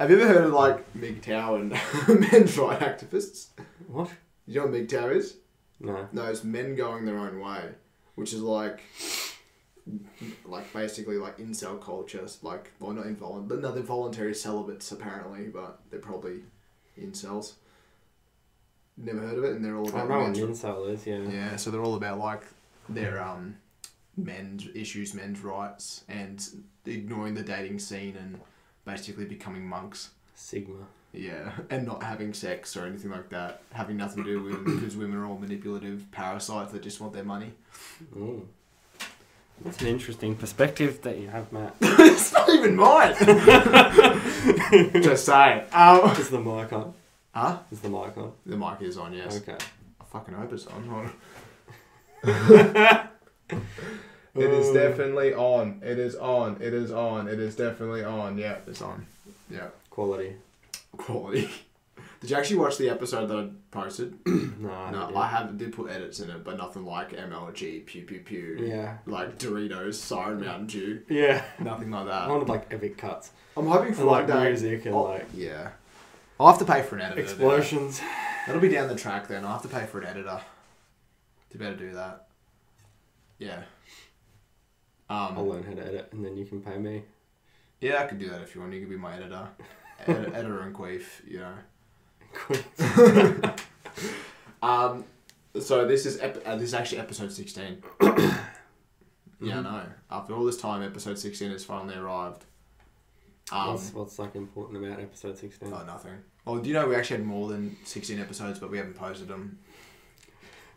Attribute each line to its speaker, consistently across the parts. Speaker 1: Have you ever heard of like MGTOW and men's right activists?
Speaker 2: What?
Speaker 1: You know what MGTOW is?
Speaker 2: No.
Speaker 1: No, it's men going their own way, which is like, like basically like incel culture. It's like, well, not involuntary, no, they're voluntary celibates apparently, but they're probably incels. Never heard of it, and they're all
Speaker 2: I
Speaker 1: about
Speaker 2: know what an
Speaker 1: men's-
Speaker 2: incel is, yeah.
Speaker 1: yeah, so they're all about like their um men's issues, men's rights, and ignoring the dating scene and basically becoming monks.
Speaker 2: Sigma.
Speaker 1: Yeah, and not having sex or anything like that, having nothing to do with because women are all manipulative parasites that just want their money.
Speaker 2: Mm. That's an interesting perspective that you have, Matt.
Speaker 1: it's not even mine. just saying. Um,
Speaker 2: is the mic on?
Speaker 1: huh?
Speaker 2: Is the mic on?
Speaker 1: The mic is on. Yes.
Speaker 2: Okay.
Speaker 1: I fucking hope it's on.
Speaker 3: It
Speaker 1: Oh.
Speaker 3: is definitely on. It is on. It is on. It is definitely on. Yeah.
Speaker 1: It's on. Yeah.
Speaker 2: Quality.
Speaker 1: Quality. Did you actually watch the episode that I posted?
Speaker 2: No, I
Speaker 1: No,
Speaker 2: haven't
Speaker 1: I
Speaker 2: yet.
Speaker 1: have did put edits in it, but nothing like MLG, pew pew pew,
Speaker 2: Yeah.
Speaker 1: like Doritos, Siren Mountain Dew,
Speaker 2: Yeah.
Speaker 1: nothing like
Speaker 2: I
Speaker 1: that.
Speaker 2: wanted like epic cuts.
Speaker 1: I'm hoping for
Speaker 2: And, like
Speaker 1: one day.
Speaker 2: music and
Speaker 1: I'll-
Speaker 2: like
Speaker 1: oh. yeah, I'll have to pay for an editor.
Speaker 2: explosions.
Speaker 1: though. That'll be down the track then. I'll have to pay for an editor to better do that. Yeah.
Speaker 2: I'll
Speaker 1: Um.
Speaker 2: learn how to edit and then you can pay me.
Speaker 1: Yeah, I could do that if you want. You could be my editor, Ed- editor and queef. You know. Um, so this is ep- uh, this is actually episode sixteen. yeah, I know. After all this time, episode sixteen has finally arrived. Um,
Speaker 2: what's, what's like important about episode 16?
Speaker 1: oh, nothing. Oh, do you know we actually had more than sixteen episodes, but we haven't posted them.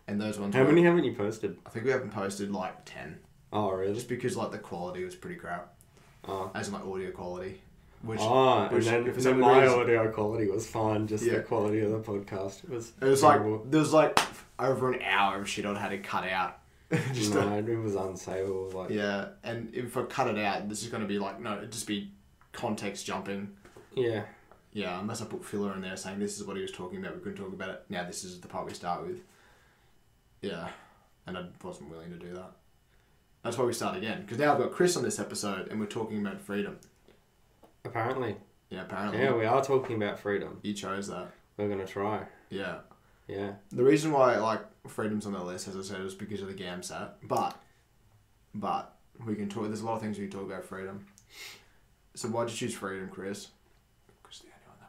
Speaker 1: And those ones.
Speaker 2: how
Speaker 1: were-
Speaker 2: many haven't you posted?
Speaker 1: I think we haven't posted like ten,
Speaker 2: Oh, really?
Speaker 1: just because like the quality was pretty crap,
Speaker 2: Oh.
Speaker 1: as in like audio quality. Which,
Speaker 2: Ah,
Speaker 1: which
Speaker 2: and then,
Speaker 1: for
Speaker 2: and
Speaker 1: some
Speaker 2: then my
Speaker 1: reason-
Speaker 2: audio quality was fine, just
Speaker 1: Yeah.
Speaker 2: the quality of the podcast was.
Speaker 1: it was like
Speaker 2: terrible.
Speaker 1: there was like over an hour of shit on how to cut out. just
Speaker 2: no, it was unsavable. Like, yeah.
Speaker 1: Yeah, and if I cut it out, this is going to be like, no, it'd just be context jumping. Yeah, unless I put filler in there saying this is what he was talking about, we couldn't talk about it. Now this is the part we start with. Yeah, and I wasn't willing to do that. That's why we start again, because now I've got Chris on this episode and we're talking about freedom.
Speaker 2: Apparently,
Speaker 1: Yeah, apparently.
Speaker 2: yeah, we are talking about freedom.
Speaker 1: You chose that.
Speaker 2: We're gonna try.
Speaker 1: Yeah.
Speaker 2: Yeah,
Speaker 1: The reason why, like, freedom's on the list, as I said, is because of the GAMSAT. But, but, we can talk, there's a lot of things we can talk about freedom. So why'd you choose freedom, Chris? Because the only one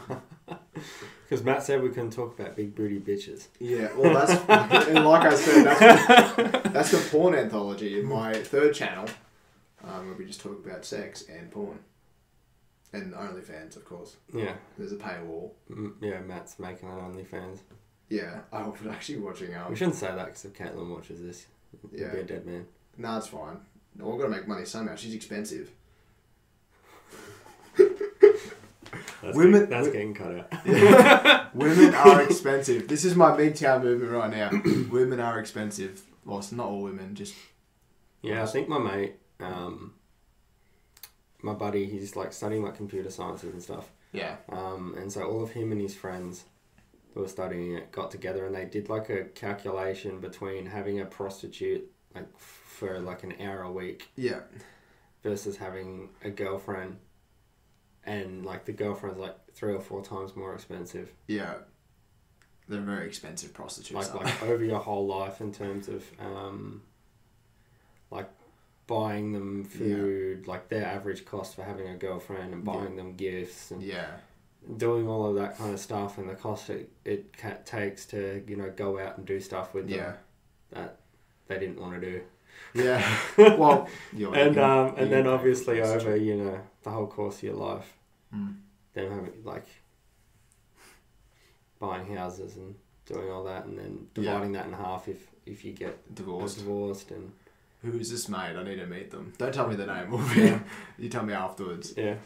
Speaker 1: that we could really choose from.
Speaker 2: because Matt said we can talk about big booty bitches.
Speaker 1: Yeah, well, that's, and like I said, that's, that's the porn anthology. In my third channel, um, where we just talk about sex and porn. And OnlyFans, of course.
Speaker 2: Yeah,
Speaker 1: There's a paywall.
Speaker 2: Mm, yeah, Matt's making an OnlyFans.
Speaker 1: Yeah, I was actually watching, um,
Speaker 2: We shouldn't say that because if Caitlin watches this, yeah.
Speaker 1: yeah.
Speaker 2: be a dead man.
Speaker 1: Nah, it's fine. No, we've got to make money somehow. She's expensive.
Speaker 2: That's
Speaker 1: Women-
Speaker 2: getting, that's
Speaker 1: wo-
Speaker 2: getting cut out.
Speaker 1: Women are expensive. This is my big town movement right now. women are expensive. Well, it's not all women, just
Speaker 2: Yeah, I think my mate, um, my buddy, he's like studying like computer sciences and stuff.
Speaker 1: yeah,
Speaker 2: Um, and so all of him and his friends who were studying it got together and they did like a calculation between having a prostitute like f- for like an hour a week
Speaker 1: yeah,
Speaker 2: versus having a girlfriend and like the girlfriend's like three or four times more expensive
Speaker 1: yeah. They're very expensive prostitutes.
Speaker 2: like
Speaker 1: aren't
Speaker 2: like over your whole life in terms of um like buying them food like their average cost for having a girlfriend and buying them gifts
Speaker 1: they?
Speaker 2: and
Speaker 1: yeah,
Speaker 2: doing all of that kind of stuff and the cost it, it ca- takes to you know go out and do stuff with them
Speaker 1: Yeah.
Speaker 2: that they didn't want to do
Speaker 1: yeah. well, you know,
Speaker 2: and
Speaker 1: you-
Speaker 2: um
Speaker 1: you
Speaker 2: and then
Speaker 1: pay for
Speaker 2: obviously
Speaker 1: prostitutes.
Speaker 2: over you know the whole course of your life
Speaker 1: Mm.
Speaker 2: them having like buying houses and doing all that and then
Speaker 1: Yeah.
Speaker 2: dividing that in half if if you get
Speaker 1: divorced.
Speaker 2: divorced and
Speaker 1: Who is this mate? I need to meet them. Don't tell me the name. Yeah. you tell me afterwards.
Speaker 2: yeah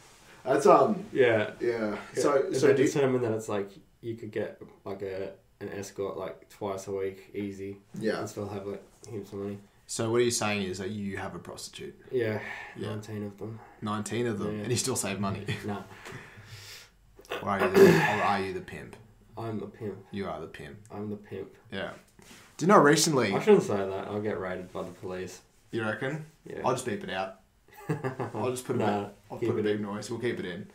Speaker 1: That's um.
Speaker 2: yeah
Speaker 1: Yeah. So
Speaker 2: If
Speaker 1: so
Speaker 2: they
Speaker 1: do
Speaker 2: determine that it's like you could get like a an escort like twice a week easy
Speaker 1: yeah.
Speaker 2: and still have like heaps of money
Speaker 1: So what are you saying is that you have a prostitute,
Speaker 2: yeah,
Speaker 1: Yeah.
Speaker 2: 19 of them
Speaker 1: nineteen of them,
Speaker 2: Yeah.
Speaker 1: and you still save money.
Speaker 2: no
Speaker 1: or are you the, or are you the pimp?
Speaker 2: i'm a pimp
Speaker 1: You are the pimp.
Speaker 2: i'm the pimp
Speaker 1: Yeah. Do you know recently?
Speaker 2: i shouldn't say that i'll get raided by the police
Speaker 1: You reckon?
Speaker 2: yeah
Speaker 1: I'll just beep it out. I'll just put a
Speaker 2: Nah,
Speaker 1: bit. I'll
Speaker 2: keep
Speaker 1: put a
Speaker 2: it
Speaker 1: big noise. We'll keep it in.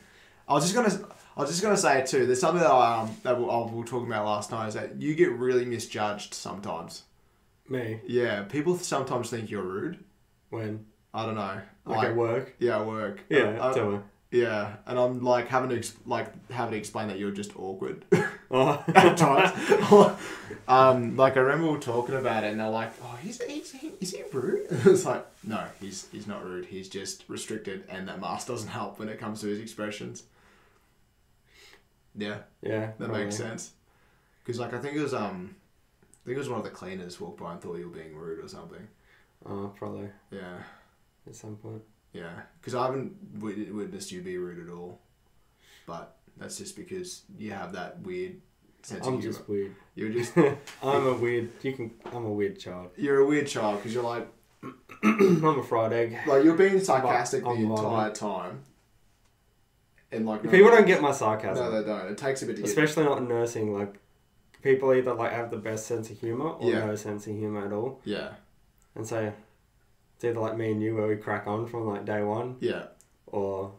Speaker 1: I was just gonna. I was just gonna say too. There's something that I, um that we will we were talking about last night is that you get really misjudged sometimes.
Speaker 2: Me
Speaker 1: Yeah, people sometimes think you're rude.
Speaker 2: when
Speaker 1: I don't know.
Speaker 2: like, uh,
Speaker 1: Like
Speaker 2: at work.
Speaker 1: yeah, at work.
Speaker 2: Yeah,
Speaker 1: I- I-
Speaker 2: tell her.
Speaker 1: yeah, and I'm like having to ex- like having to explain that you're just awkward.
Speaker 2: Oh.
Speaker 1: at times. um, like I remember we were talking about it, and they're like, "Oh, he's, he's he, is he rude?" it's like, no, he's he's not rude. He's just restricted, and that mask doesn't help when it comes to his expressions. Yeah,
Speaker 2: yeah,
Speaker 1: that makes sense. Because like I think it was um, I think it was one of the cleaners walked by and thought you were being rude or something.
Speaker 2: Oh, probably
Speaker 1: Yeah,
Speaker 2: at some point.
Speaker 1: yeah. Because I haven't wit- witnessed you be rude at all, but that's just because you have that weird sense
Speaker 2: I'm
Speaker 1: of humor.
Speaker 2: just weird.
Speaker 1: You're just
Speaker 2: I'm a weird. You can. I'm a weird child.
Speaker 1: You're a weird child because you're like,
Speaker 2: I'm a fried egg.
Speaker 1: like you're being sarcastic
Speaker 2: I'm
Speaker 1: the
Speaker 2: loving
Speaker 1: entire time, and like
Speaker 2: People don't get my
Speaker 1: no,
Speaker 2: sarcasm,
Speaker 1: they don't. It takes a bit to get.
Speaker 2: especially not in nursing. Like people either like have the best sense of humor or
Speaker 1: Yeah.
Speaker 2: no sense of humor at all,
Speaker 1: Yeah,
Speaker 2: and so it's either like me and you where we crack on from like day one,
Speaker 1: yeah.
Speaker 2: or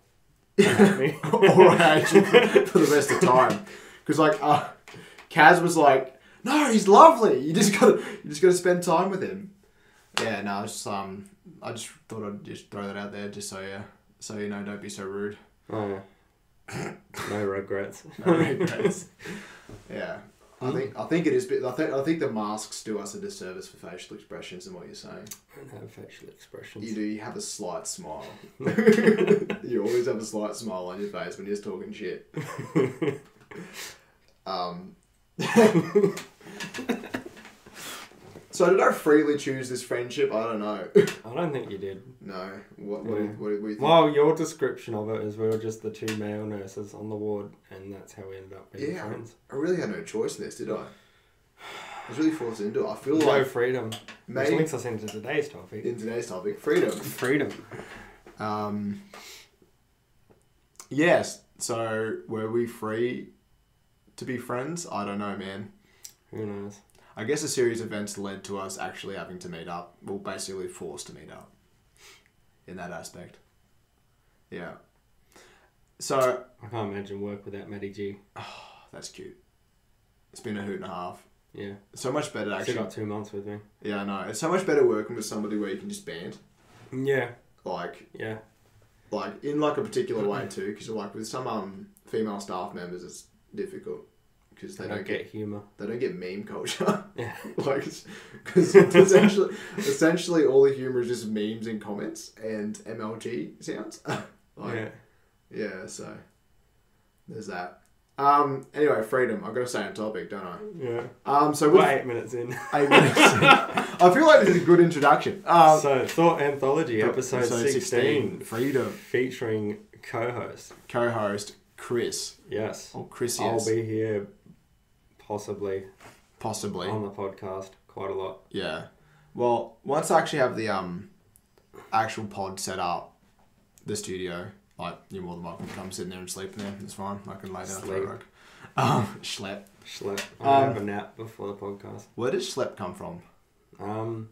Speaker 2: they hate me.
Speaker 1: All right, for the rest of time, because like, uh, Kaz was like, no, he's lovely. You just gotta, you just gotta spend time with him. Yeah, no, it's just um, I just thought I'd just throw that out there, just so yeah, so you know, don't be so rude.
Speaker 2: Oh, yeah. No regrets.
Speaker 1: No regrets. yeah. I think I think it is. bit- I think I think the masks do us a disservice for facial expressions and what you're saying.
Speaker 2: I don't have facial expressions.
Speaker 1: You do. You have a slight smile. you always have a slight smile on your face when you're just talking shit. Um, so did I freely choose this friendship? I don't know.
Speaker 2: I don't think you did.
Speaker 1: no. What? What?
Speaker 2: Yeah.
Speaker 1: What, what, do you think?
Speaker 2: Well, your description of it is we were just the two male nurses on the ward, and that's how we ended up being
Speaker 1: Yeah.
Speaker 2: friends.
Speaker 1: I really had no choice in this, did I? I was really forced into it. I feel
Speaker 2: No
Speaker 1: like
Speaker 2: freedom. Which
Speaker 1: maybe
Speaker 2: links us into today's topic.
Speaker 1: in today's topic, freedom.
Speaker 2: Freedom.
Speaker 1: Um, yes. So were we free to be friends? I don't know, man.
Speaker 2: Who knows?
Speaker 1: I guess a series of events led to us actually having to meet up. Well, basically forced to meet up. In that aspect. Yeah. So oh,
Speaker 2: I can't imagine work without Matty G.
Speaker 1: that's cute. It's been a hoot and a half.
Speaker 2: Yeah.
Speaker 1: So much better
Speaker 2: She
Speaker 1: actually.
Speaker 2: got two months with me.
Speaker 1: Yeah, I know. It's so much better working with somebody where you can just band.
Speaker 2: Yeah.
Speaker 1: Like
Speaker 2: Yeah.
Speaker 1: like in like a particular
Speaker 2: Mm-hmm.
Speaker 1: way too because like with some um female staff members it's difficult because
Speaker 2: They
Speaker 1: they
Speaker 2: don't get humour.
Speaker 1: they don't get meme culture
Speaker 2: Yeah.
Speaker 1: like because essentially essentially all the humor is just memes and comments and mlg sounds like yeah.
Speaker 2: yeah.
Speaker 1: so there's that um anyway freedom i've got to stay on topic don't i
Speaker 2: Yeah.
Speaker 1: um so with
Speaker 2: We're eight minutes in.
Speaker 1: eight minutes i feel like this is a good introduction um
Speaker 2: so, Thought Anthology, episode, 16,
Speaker 1: freedom
Speaker 2: featuring co host.
Speaker 1: co-host chris
Speaker 2: Yes.
Speaker 1: or chris
Speaker 2: I'll be here possibly
Speaker 1: Possibly.
Speaker 2: on the podcast quite a lot.
Speaker 1: yeah. Well, once I actually have the um actual pod set up, the studio, like you're more than welcome to come sit in there and sleep in there. It's fine. I can lay down for a
Speaker 2: Sleep.
Speaker 1: rug. Um, schlep.
Speaker 2: Schlep. I
Speaker 1: Um,
Speaker 2: have a nap before the podcast.
Speaker 1: Where did schlep come from?
Speaker 2: Um,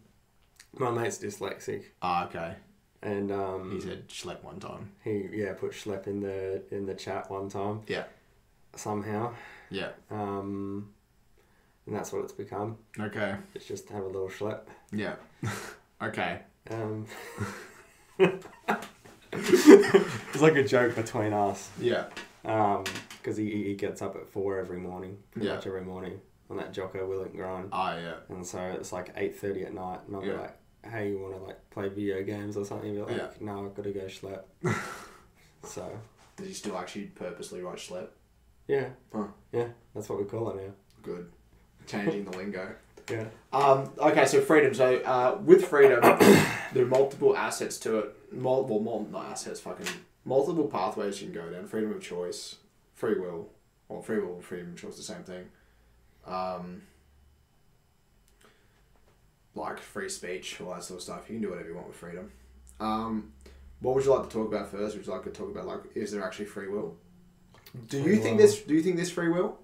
Speaker 2: my mate's dyslexic,
Speaker 1: Ah, okay.
Speaker 2: and um,
Speaker 1: He said schlep one time.
Speaker 2: he yeah put schlep in the in the chat one time
Speaker 1: Yeah.
Speaker 2: somehow,
Speaker 1: Yeah.
Speaker 2: um, and that's what it's become.
Speaker 1: Okay.
Speaker 2: It's just to have a little schlep.
Speaker 1: Yeah. okay.
Speaker 2: Um, it's like a joke between us,
Speaker 1: Yeah.
Speaker 2: because Um, he, he gets up at four every morning, pretty
Speaker 1: Yeah.
Speaker 2: much every morning on that Jocko Willink grind,
Speaker 1: Ah, yeah.
Speaker 2: and so it's like eight thirty at night, and I'll be
Speaker 1: Yeah.
Speaker 2: like, "Hey, you want to like play video games or something?" You'll be like,
Speaker 1: Yeah.
Speaker 2: "No, I've got to go schlep." so
Speaker 1: Did he still actually purposely write schlep?
Speaker 2: yeah,
Speaker 1: Huh.
Speaker 2: yeah, that's what we call it now.
Speaker 1: Good. Changing the lingo.
Speaker 2: Yeah.
Speaker 1: Um, okay, so freedom. So uh, with freedom, there are multiple assets to it. Multiple, mul not assets. Fucking multiple pathways you can go down. Freedom of choice, free will, or free will, freedom of choice, the same thing. Um, like free speech, all that sort of stuff. You can do whatever you want with freedom. Um, what would you like to talk about first? Would you like to talk about like is there actually free will? Do you
Speaker 2: Free
Speaker 1: think
Speaker 2: will.
Speaker 1: this? Do you think this free will?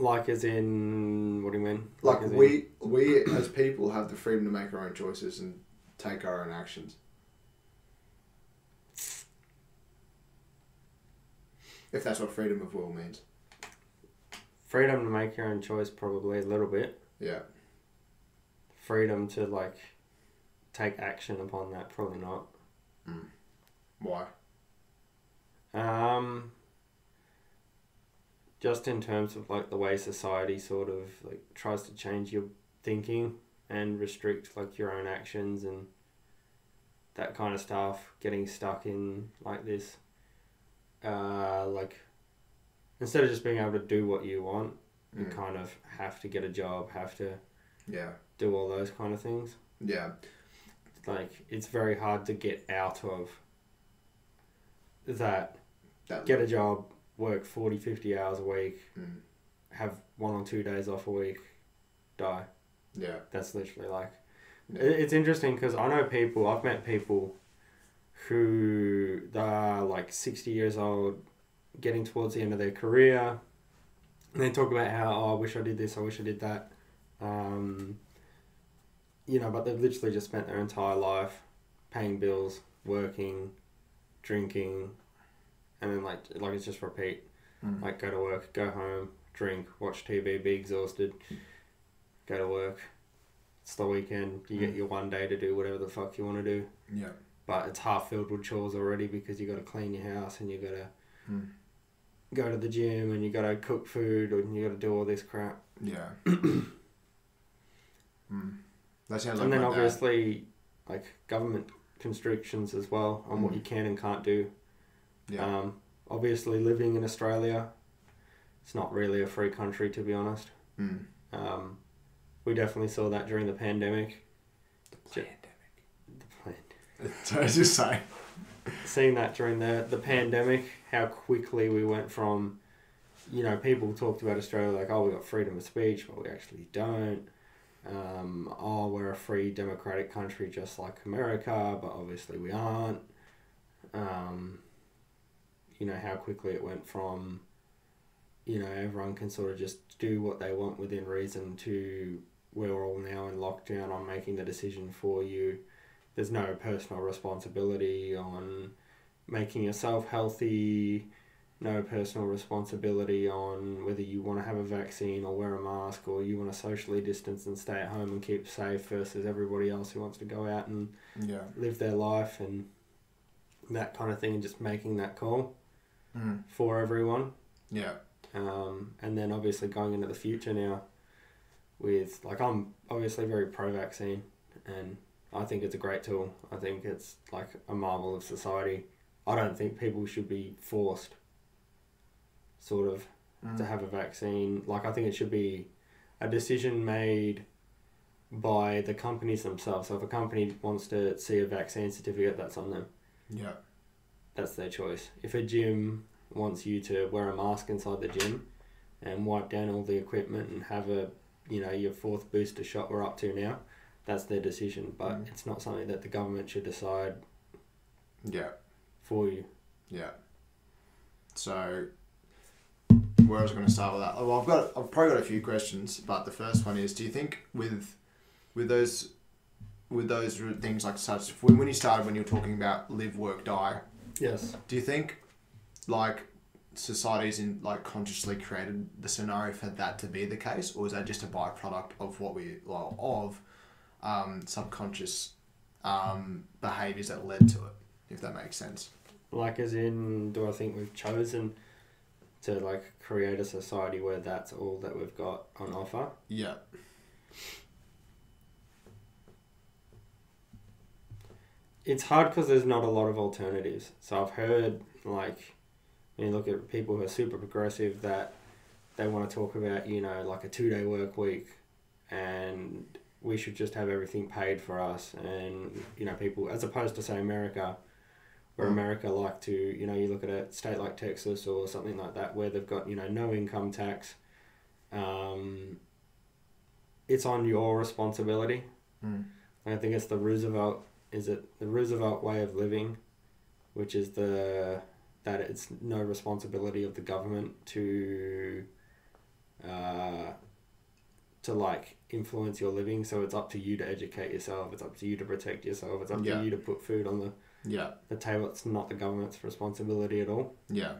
Speaker 2: Like as in, what do you mean?
Speaker 1: like
Speaker 2: as in-
Speaker 1: we we as people have the freedom to make our own choices and take our own actions If that's what freedom of will means.
Speaker 2: Freedom to make your own choice, probably a little bit.
Speaker 1: Yeah.
Speaker 2: Freedom to like take action upon that, probably not.
Speaker 1: Why?
Speaker 2: Um, just in terms of like the way society sort of like tries to change your thinking and restrict like your own actions and that kind of stuff, getting stuck in like this, uh, like instead of just being able to do what you want, you
Speaker 1: Mm.
Speaker 2: kind of have to get a job, have to
Speaker 1: Yeah.
Speaker 2: do all those kind of things
Speaker 1: Yeah.
Speaker 2: like it's very hard to get out of that
Speaker 1: That
Speaker 2: get a job work 40 50 hours a week
Speaker 1: Mm.
Speaker 2: have one or two days off a week die
Speaker 1: Yeah.
Speaker 2: that's literally like
Speaker 1: Yeah.
Speaker 2: It- it's interesting because i know people i've met people who they're like 60 years old getting towards the end of their career and they talk about how oh, i wish i did this i wish i did that um, you know but they've literally just spent their entire life paying bills working drinking and then like like it's just repeat
Speaker 1: Mm.
Speaker 2: like go to work go home drink watch tv be exhausted go to work it's the weekend you
Speaker 1: Mm.
Speaker 2: get your one day to do whatever the fuck you want to do
Speaker 1: Yeah.
Speaker 2: but it's half filled with chores already because you got to clean your house and you got to
Speaker 1: Hmm.
Speaker 2: go to the gym and you got to cook food and you got to do all this crap.
Speaker 1: Yeah. mm. That sounds like
Speaker 2: and then
Speaker 1: my dad.
Speaker 2: obviously, like government constrictions as well on what
Speaker 1: Hmm.
Speaker 2: you can and can't do.
Speaker 1: Yeah.
Speaker 2: Um, obviously, living in Australia, it's not really a free country to be honest.
Speaker 1: Mm.
Speaker 2: Um, we definitely saw that during the pandemic. Ju- The plan-
Speaker 1: So I was just saying.
Speaker 2: seeing that during the, the pandemic, how quickly we went from, you know, people talked about Australia like, oh, we got freedom of speech, but we actually don't. Um, oh, we're a free democratic country just like America, but obviously we aren't. Um, you know, how quickly it went from, you know, everyone can sort of just do what they want within reason to we're all now in lockdown, I'm making the decision for you there's no personal responsibility on making yourself healthy, no personal responsibility on whether you want to have a vaccine or wear a mask or you want to socially distance and stay at home and keep safe versus everybody else who wants to go out and
Speaker 1: Yeah.
Speaker 2: live their life and that kind of thing and just making that call
Speaker 1: Mm.
Speaker 2: for everyone.
Speaker 1: Yeah.
Speaker 2: Um, and then obviously going into the future now with like I'm obviously very pro vaccine and I think it's a great tool. I think it's like a marvel of society. I don't think people should be forced sort of to have a vaccine. Like I think it should be a decision made by the companies themselves. So if a company wants to see a vaccine certificate that's on them
Speaker 1: Yeah.
Speaker 2: that's their choice. If a gym wants you to wear a mask inside the gym and wipe down all the equipment and have a you know your fourth booster shot we're up to now, that's their decision. But it's not something that the government should decide
Speaker 1: Yeah.
Speaker 2: for you.
Speaker 1: Yeah. So, where I was going to start with that? oh, Well, I've got I've probably got a few questions, but the first one is: Do you think with with those with those r- things like such when when you started when you were talking about live, work, die?
Speaker 2: Yes.
Speaker 1: Do you think like society's in like consciously created the scenario for that to be the case, or is that just a byproduct of what we well of um, subconscious um, behaviors that led to it? If that makes sense.
Speaker 2: Like as in do I think we've chosen to like create a society where that's all that we've got on offer?
Speaker 1: Yeah.
Speaker 2: it's hard because there's not a lot of alternatives. So I've heard like when you look at people who are super progressive that they want to talk about you know like a two day work week and we should just have everything paid for us and you know people as opposed to say America where
Speaker 1: Mm.
Speaker 2: America like to you know you look at a state like Texas or something like that where they've got you know no income tax um, it's on your responsibility
Speaker 1: Mm.
Speaker 2: I think it's the Roosevelt is it the Roosevelt way of living, which is the that it's no responsibility of the government to uh, to like influence your living. So it's up to you to educate yourself. It's up to you to protect yourself. It's up
Speaker 1: Yeah.
Speaker 2: to you to put food on the,
Speaker 1: Yeah.
Speaker 2: the table. It's not the government's responsibility at all.
Speaker 1: Yeah.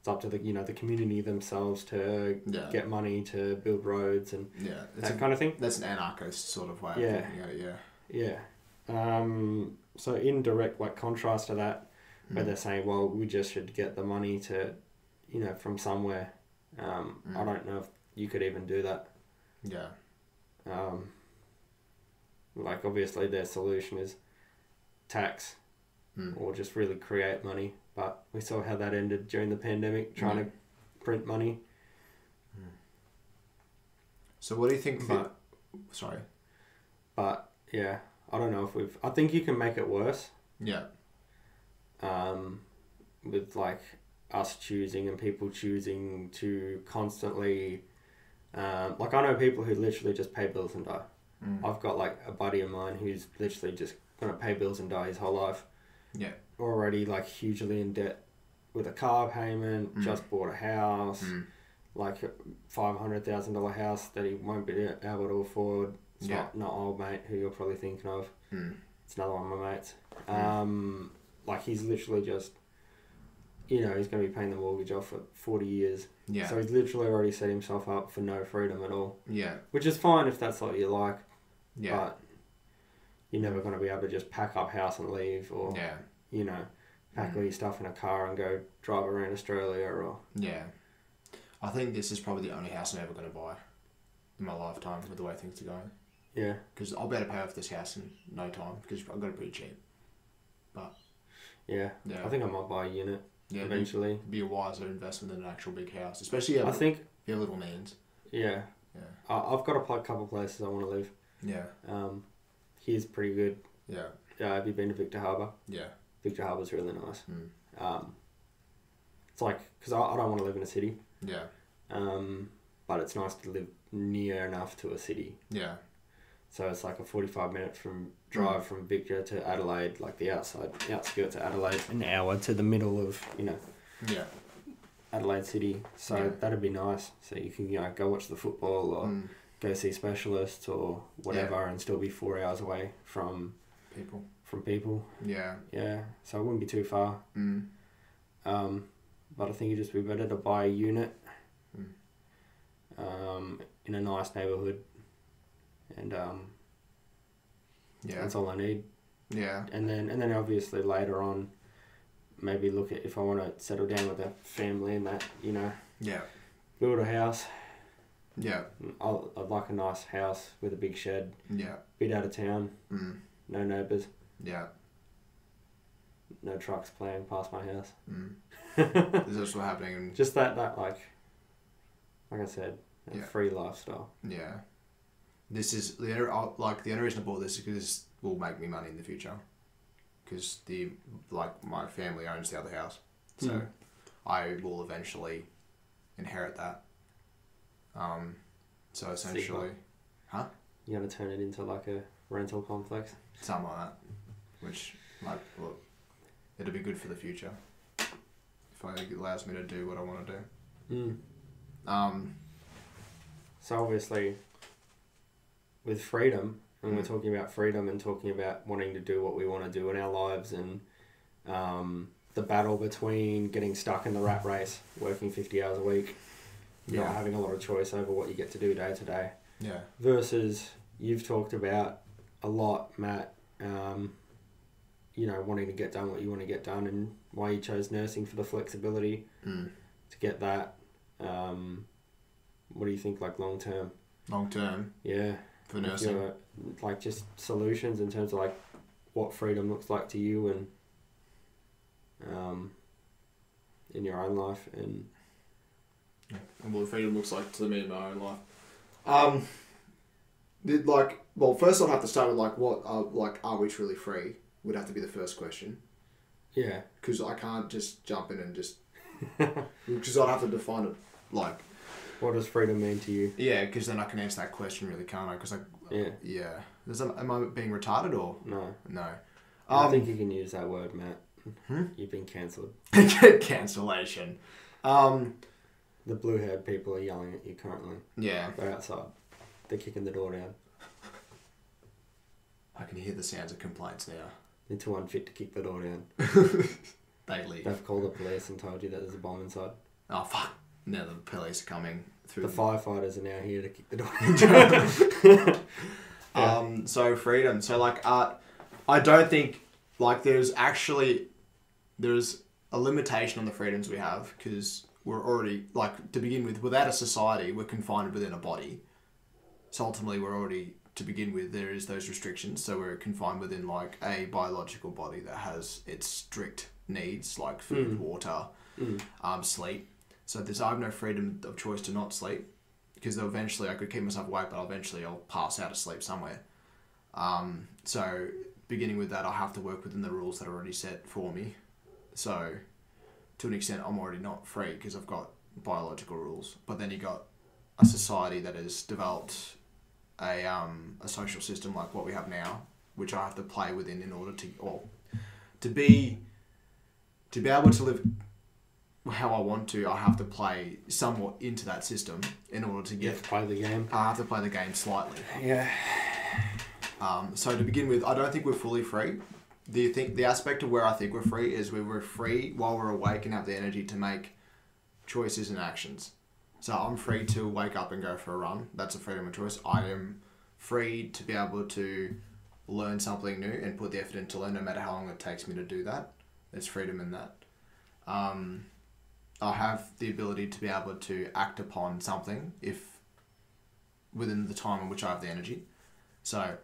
Speaker 2: It's up to the you know the community themselves to
Speaker 1: Yeah.
Speaker 2: get money to build roads and
Speaker 1: Yeah, it's
Speaker 2: that
Speaker 1: a-
Speaker 2: kind of thing.
Speaker 1: that's an anarchist sort of way.
Speaker 2: Yeah.
Speaker 1: Of thinking about it, yeah.
Speaker 2: Yeah. Um, so in direct like contrast to that,
Speaker 1: Hmm.
Speaker 2: where they're saying, well, we just should get the money to, you know, from somewhere. Um, I
Speaker 1: Mm.
Speaker 2: don't know if you could even do that.
Speaker 1: Yeah.
Speaker 2: Um, like obviously their solution is tax
Speaker 1: Mm.
Speaker 2: or just really create money. But we saw how that ended during the pandemic, trying to print money.
Speaker 1: So what do you think? The,
Speaker 2: But-
Speaker 1: sorry.
Speaker 2: But yeah, I don't know if we've. I think you can make it worse.
Speaker 1: Yeah.
Speaker 2: um, with like us choosing and people choosing to constantly um, like I know people who literally just pay bills and die.
Speaker 1: Mm.
Speaker 2: I've got like a buddy of mine who's literally just gonna pay bills and die his whole life.
Speaker 1: Yeah.
Speaker 2: Already like hugely in debt with a car payment,
Speaker 1: Mm.
Speaker 2: just bought a house,
Speaker 1: Mm.
Speaker 2: like a five hundred thousand dollar house that he won't be able to afford. It's
Speaker 1: Yeah.
Speaker 2: not, not old mate who you're probably thinking of.
Speaker 1: Mm.
Speaker 2: It's another one of my mates.
Speaker 1: Mm.
Speaker 2: Um, like he's literally just, you know, he's going to be paying the mortgage off for forty years.
Speaker 1: Yeah.
Speaker 2: So he's literally already set himself up for no freedom at all,
Speaker 1: yeah.
Speaker 2: which is fine if that's what you like.
Speaker 1: Yeah.
Speaker 2: But you're never going to be able to just pack up house and leave, or
Speaker 1: Yeah. Hmm.
Speaker 2: you know, pack all your stuff in a car and go drive around Australia, or
Speaker 1: Yeah. I think this is probably the only house I'm ever going to buy in my lifetime with the way things are going.
Speaker 2: yeah,
Speaker 1: Because I'll be able to pay off this house in no time because I've got it pretty cheap.
Speaker 2: yeah.
Speaker 1: Yeah.
Speaker 2: I think I might buy a unit
Speaker 1: yeah. it'd be-
Speaker 2: eventually.
Speaker 1: Be a wiser investment than an actual big house, especially if
Speaker 2: I think
Speaker 1: if you have little means.
Speaker 2: yeah.
Speaker 1: Yeah.
Speaker 2: I I've got a pl- couple places I want to live.
Speaker 1: Yeah.
Speaker 2: Um, here's pretty good.
Speaker 1: Yeah.
Speaker 2: Uh, have you been to Victor Harbour?
Speaker 1: Yeah.
Speaker 2: Victor Harbour's really nice.
Speaker 1: Mm.
Speaker 2: Um, it's like because I, I don't want to live in a city,
Speaker 1: Yeah.
Speaker 2: um, but it's nice to live near enough to a city.
Speaker 1: Yeah.
Speaker 2: So it's like a forty-five minute from drive
Speaker 1: Hmm.
Speaker 2: from Victor to Adelaide, like the outside outskirts of Adelaide, an hour to the middle of you know
Speaker 1: Yeah.
Speaker 2: Adelaide City. So
Speaker 1: Yeah.
Speaker 2: that'd be nice. So you can you know go watch the football or
Speaker 1: Mm.
Speaker 2: go see specialists or whatever, and still be four hours away from
Speaker 1: People.
Speaker 2: from people.
Speaker 1: Yeah.
Speaker 2: Yeah, so it wouldn't be too far.
Speaker 1: Mm.
Speaker 2: Um, but I think it'd just be better to buy a unit
Speaker 1: Mm.
Speaker 2: um, in a nice neighbourhood. And um,
Speaker 1: Yeah.
Speaker 2: that's all I need.
Speaker 1: Yeah.
Speaker 2: And then and then obviously later on, maybe look at if I want to settle down with a family and that, you know,
Speaker 1: Yeah.
Speaker 2: build a house.
Speaker 1: Yeah.
Speaker 2: I'll, I'd like a nice house with a big shed,
Speaker 1: Yeah.
Speaker 2: bit out of town,
Speaker 1: Mm.
Speaker 2: no neighbours,
Speaker 1: Yeah.
Speaker 2: no trucks playing past my house.
Speaker 1: Mm. this is also happening in
Speaker 2: Just that, that like, like I said, a
Speaker 1: Yeah.
Speaker 2: free lifestyle.
Speaker 1: Yeah. This is the only- I'll- like the only reason I bought this is because this will make me money in the future. Because the like my family owns the other house, so
Speaker 2: Mm.
Speaker 1: I will eventually inherit that. Um, so essentially,
Speaker 2: You're going to turn it into like a rental complex.
Speaker 1: something like that, which like look, it'll be good for the future. If I, it allows me to do what I want to do.
Speaker 2: Mm.
Speaker 1: Um,
Speaker 2: So obviously, with freedom, and we're
Speaker 1: Mm.
Speaker 2: talking about freedom and talking about wanting to do what we want to do in our lives, and um, the battle between getting stuck in the rat race, working fifty hours a week,
Speaker 1: Yeah.
Speaker 2: not having a lot of choice over what you get to do day to day,
Speaker 1: yeah,
Speaker 2: versus you've talked about a lot, Matt. Um, you know, wanting to get done what you want to get done, and why you chose nursing for the flexibility.
Speaker 1: mm.
Speaker 2: to get that. Um, what do you think, like long term?
Speaker 1: long term
Speaker 2: Yeah,
Speaker 1: for
Speaker 2: if
Speaker 1: nursing.
Speaker 2: you're, like just solutions in terms of like what freedom looks like to you and um, in your own life and
Speaker 1: and what freedom looks like to me in my own life. Um, did like well, first I'd have to start with like what are like are we truly free? Would have to be the first question
Speaker 2: yeah,
Speaker 1: because I can't just jump in and just because I'd have to define it like
Speaker 2: what does freedom mean to you?
Speaker 1: yeah, because then I can answer that question really, can't I? Because like
Speaker 2: Yeah,
Speaker 1: yeah, Is that, am I being retarded or
Speaker 2: no,
Speaker 1: no?
Speaker 2: I
Speaker 1: Um,
Speaker 2: think you can use that word, Matt.
Speaker 1: Hmm?
Speaker 2: You've been cancelled.
Speaker 1: cancellation. Um,
Speaker 2: The blue-haired people are yelling at you currently.
Speaker 1: yeah,
Speaker 2: Go outside. They're kicking the door down.
Speaker 1: I can hear the sounds of complaints now.
Speaker 2: They're too unfit to kick the door down.
Speaker 1: They leave.
Speaker 2: They've called the police and told you that there's a bomb inside.
Speaker 1: oh fuck, now the police are coming through.
Speaker 2: The
Speaker 1: the-
Speaker 2: firefighters are now here to kick the door down. Yeah.
Speaker 1: Um, so freedom. So like, uh, I don't think like there's actually there's a limitation on the freedoms we have because we're already like to begin with without a society we're confined within a body. So ultimately we're already to begin with there is those restrictions. So we're confined within like a biological body that has its strict needs like food, water,
Speaker 2: Mm.
Speaker 1: um, sleep. So there's I have no freedom of choice to not sleep because eventually I could keep myself awake, but eventually I'll pass out of sleep somewhere. Um, so beginning with that, I have to work within the rules that are already set for me. So to an extent, I'm already not free because I've got biological rules. But then you got a society that has developed a um, a social system like what we have now, which I have to play within in order to or to be to be able to live how I want to. I have to play somewhat into that system in order to
Speaker 2: You
Speaker 1: get
Speaker 2: have to play the game.
Speaker 1: I have to play the game slightly.
Speaker 2: Yeah.
Speaker 1: Um, so to begin with, I don't think we're fully free. The think the aspect of where I think we're free is where we're free while we're awake and have the energy to make choices and actions. So I'm free to wake up and go for a run. That's a freedom of choice. I am free to be able to learn something new and put the effort into learn, no matter how long it takes me to do that. There's freedom in that. Um, I have the ability to be able to act upon something if within the time in which I have the energy. So,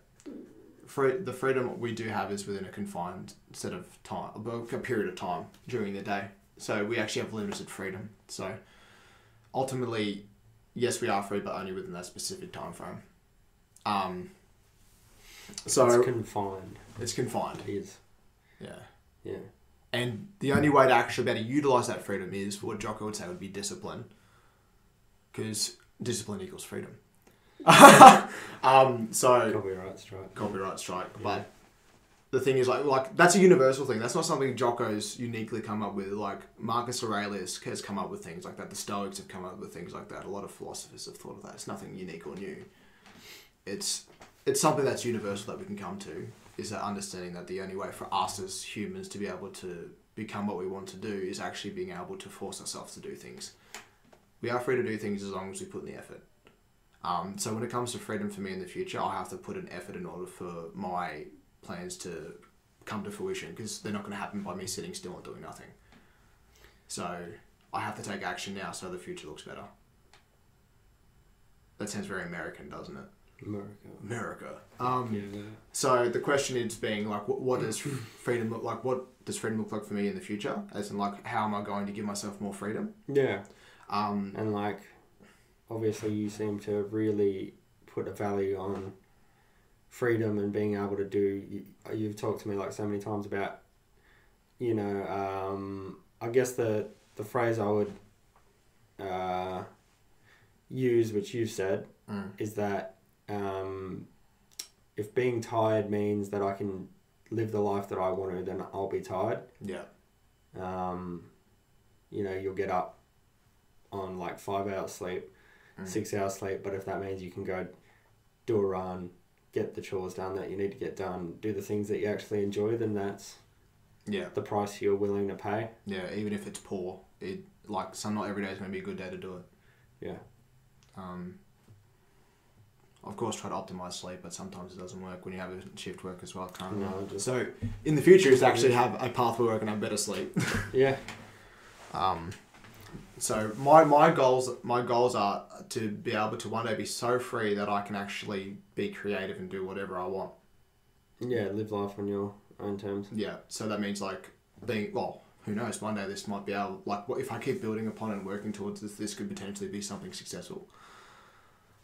Speaker 1: free, the freedom we do have is within a confined set of time, well, a period of time during the day. So we actually have limited freedom. So, ultimately, yes, we are free, but only within that specific time frame. Um. So
Speaker 2: it's confined.
Speaker 1: it's confined.
Speaker 2: It is.
Speaker 1: Yeah.
Speaker 2: Yeah.
Speaker 1: And the only way to actually better utilize that freedom is what Jocko would say would be discipline. Because discipline equals freedom. um, so,
Speaker 2: Copyright strike.
Speaker 1: copyright strike. But the thing is, like, like that's a universal thing. That's not something Jocko's uniquely come up with. Like, Marcus Aurelius has come up with things like that. The Stoics have come up with things like that. A lot of philosophers have thought of that. It's nothing unique or new. It's it's something that's universal that we can come to is that understanding that the only way for us as humans to be able to become what we want to do is actually being able to force ourselves to do things. We are free to do things as long as we put in the effort. Um, so when it comes to freedom for me in the future, I'll have to put an effort in order for my plans to come to fruition because they're not going to happen by me sitting still and doing nothing. So I have to take action now so the future looks better. That sounds very American, doesn't it?
Speaker 2: America.
Speaker 1: America. Um,
Speaker 2: Yeah.
Speaker 1: so the question is being like, what, what does freedom look like? What does freedom look like for me in the future? As in, like, how am I going to give myself more freedom?
Speaker 2: Yeah.
Speaker 1: Um,
Speaker 2: And like, obviously, you seem to really put a value on freedom and being able to do. You, you've talked to me like so many times about, you know, um, I guess the the phrase I would uh, use, which you've said,
Speaker 1: Mm.
Speaker 2: is that um, if being tired means that I can live the life that I want to, then I'll be tired
Speaker 1: yeah,
Speaker 2: um, you know, you'll get up on like five hours sleep, six hours sleep. But if that means you can go do a run, get the chores done that you need to get done, do the things that you actually enjoy, then that's
Speaker 1: yeah,
Speaker 2: the price you're willing to pay.
Speaker 1: yeah. Even if it's poor, it like, some not every day is going to be a good day to do it.
Speaker 2: Yeah.
Speaker 1: Um, of course, try to optimize sleep, but sometimes it doesn't work when you have a shift work as well. Can't
Speaker 2: No, it just-
Speaker 1: so in the future, is to actually have a path where I can have better sleep.
Speaker 2: Yeah.
Speaker 1: Um, so my my goals my goals are to be able to one day be so free that I can actually be creative and do whatever I want.
Speaker 2: Yeah. Live life on your own terms.
Speaker 1: Yeah. So that means like being well, who knows? One day this might be able like what if I keep building upon and working towards this, this could potentially be something successful.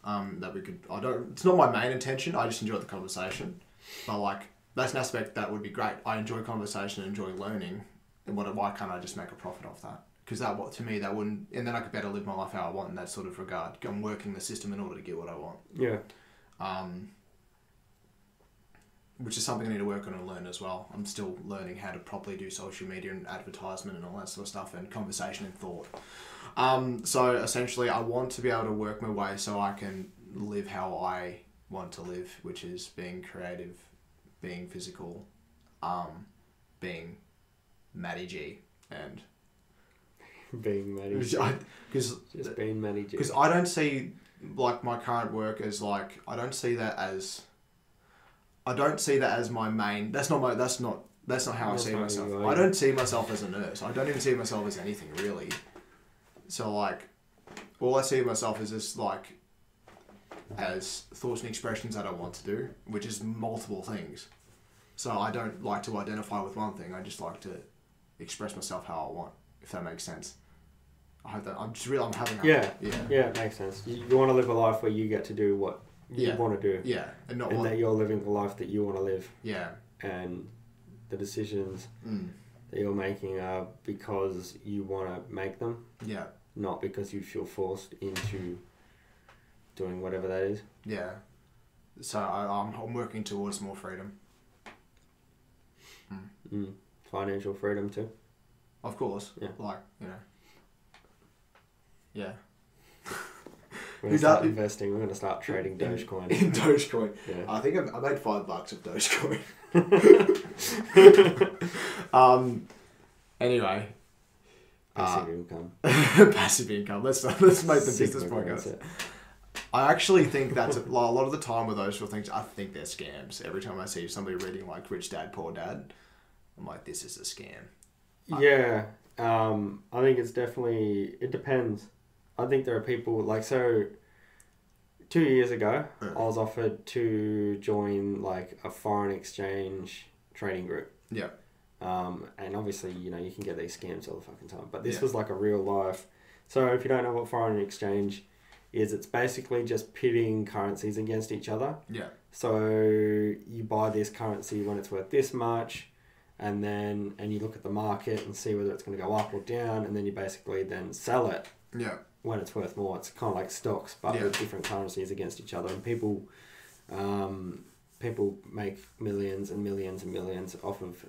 Speaker 1: Um, that we could I don't it's not my main intention. I just enjoy the conversation, but like that's an aspect that would be great. I enjoy conversation and enjoy learning. And what why can't I just make a profit off that? Because that what to me that wouldn't and then I could better live my life how I want in that sort of regard. I'm working the system in order to get what I want
Speaker 2: Yeah.
Speaker 1: um, which is something I need to work on and learn as well. I'm still learning how to properly do social media and advertisement and all that sort of stuff and conversation and thought. Um, so essentially, I want to be able to work my way so I can live how I want to live, which is being creative, being physical, um, being Matty G, and
Speaker 2: being Matty. G.
Speaker 1: Because
Speaker 2: Just being Matty G.
Speaker 1: because I don't see like my current work as like I don't see that as I don't see that as my main. That's not my. That's not. That's not how
Speaker 2: That's
Speaker 1: I see
Speaker 2: not
Speaker 1: myself.
Speaker 2: you,
Speaker 1: I
Speaker 2: yeah.
Speaker 1: don't see myself as a nurse. I don't even see myself as anything really. So like, all I see myself is just like, as thoughts and expressions that I want to do, which is multiple things. So I don't like to identify with one thing. I just like to express myself how I want. If that makes sense. I hope that I'm just real. I'm having. that-
Speaker 2: Yeah.
Speaker 1: Yeah.
Speaker 2: Yeah, it makes sense. You, you want to live a life where you get to do what you
Speaker 1: Yeah.
Speaker 2: want to do,
Speaker 1: Yeah. And not
Speaker 2: and
Speaker 1: one.
Speaker 2: that you're living the life that you want to live,
Speaker 1: Yeah.
Speaker 2: and the decisions
Speaker 1: Mm.
Speaker 2: that you're making are because you want to make them,
Speaker 1: Yeah.
Speaker 2: not because you feel forced into doing whatever that is.
Speaker 1: Yeah. So I, I'm, I'm working towards more freedom.
Speaker 2: Mm. Financial freedom too.
Speaker 1: Of course.
Speaker 2: Yeah.
Speaker 1: Like, you know. Yeah.
Speaker 2: We're
Speaker 1: Who
Speaker 2: gonna start
Speaker 1: does-
Speaker 2: investing. We're gonna start trading Dogecoin.
Speaker 1: In Dogecoin.
Speaker 2: yeah.
Speaker 1: I think I've, I made five bucks of Dogecoin. um, anyway.
Speaker 2: Passive income.
Speaker 1: passive income. Let's, let's make the
Speaker 2: Sick
Speaker 1: business
Speaker 2: work,
Speaker 1: podcast.
Speaker 2: that's it.
Speaker 1: I actually think that's a, like, a lot of the time with those sort of things. I think they're scams. Every time I see somebody reading like "Rich Dad Poor Dad," I'm like, "This is a scam." Uh,
Speaker 2: Yeah, um, I think it's definitely it depends. I think there are people like so. Two years ago,
Speaker 1: Yeah.
Speaker 2: I was offered to join like a foreign exchange trading group.
Speaker 1: Yeah.
Speaker 2: Um, and obviously, you know, you can get these scams all the fucking time, but this
Speaker 1: Yeah.
Speaker 2: was like a real life. So if you don't know what foreign exchange is, it's basically just pitting currencies against each other.
Speaker 1: Yeah.
Speaker 2: So you buy this currency when it's worth this much, and then and you look at the market and see whether it's going to go up or down, and then you basically then sell it
Speaker 1: Yeah.
Speaker 2: when it's worth more. It's kind of like stocks, but
Speaker 1: Yeah.
Speaker 2: with different currencies against each other, and people, um, people make millions and millions and millions off of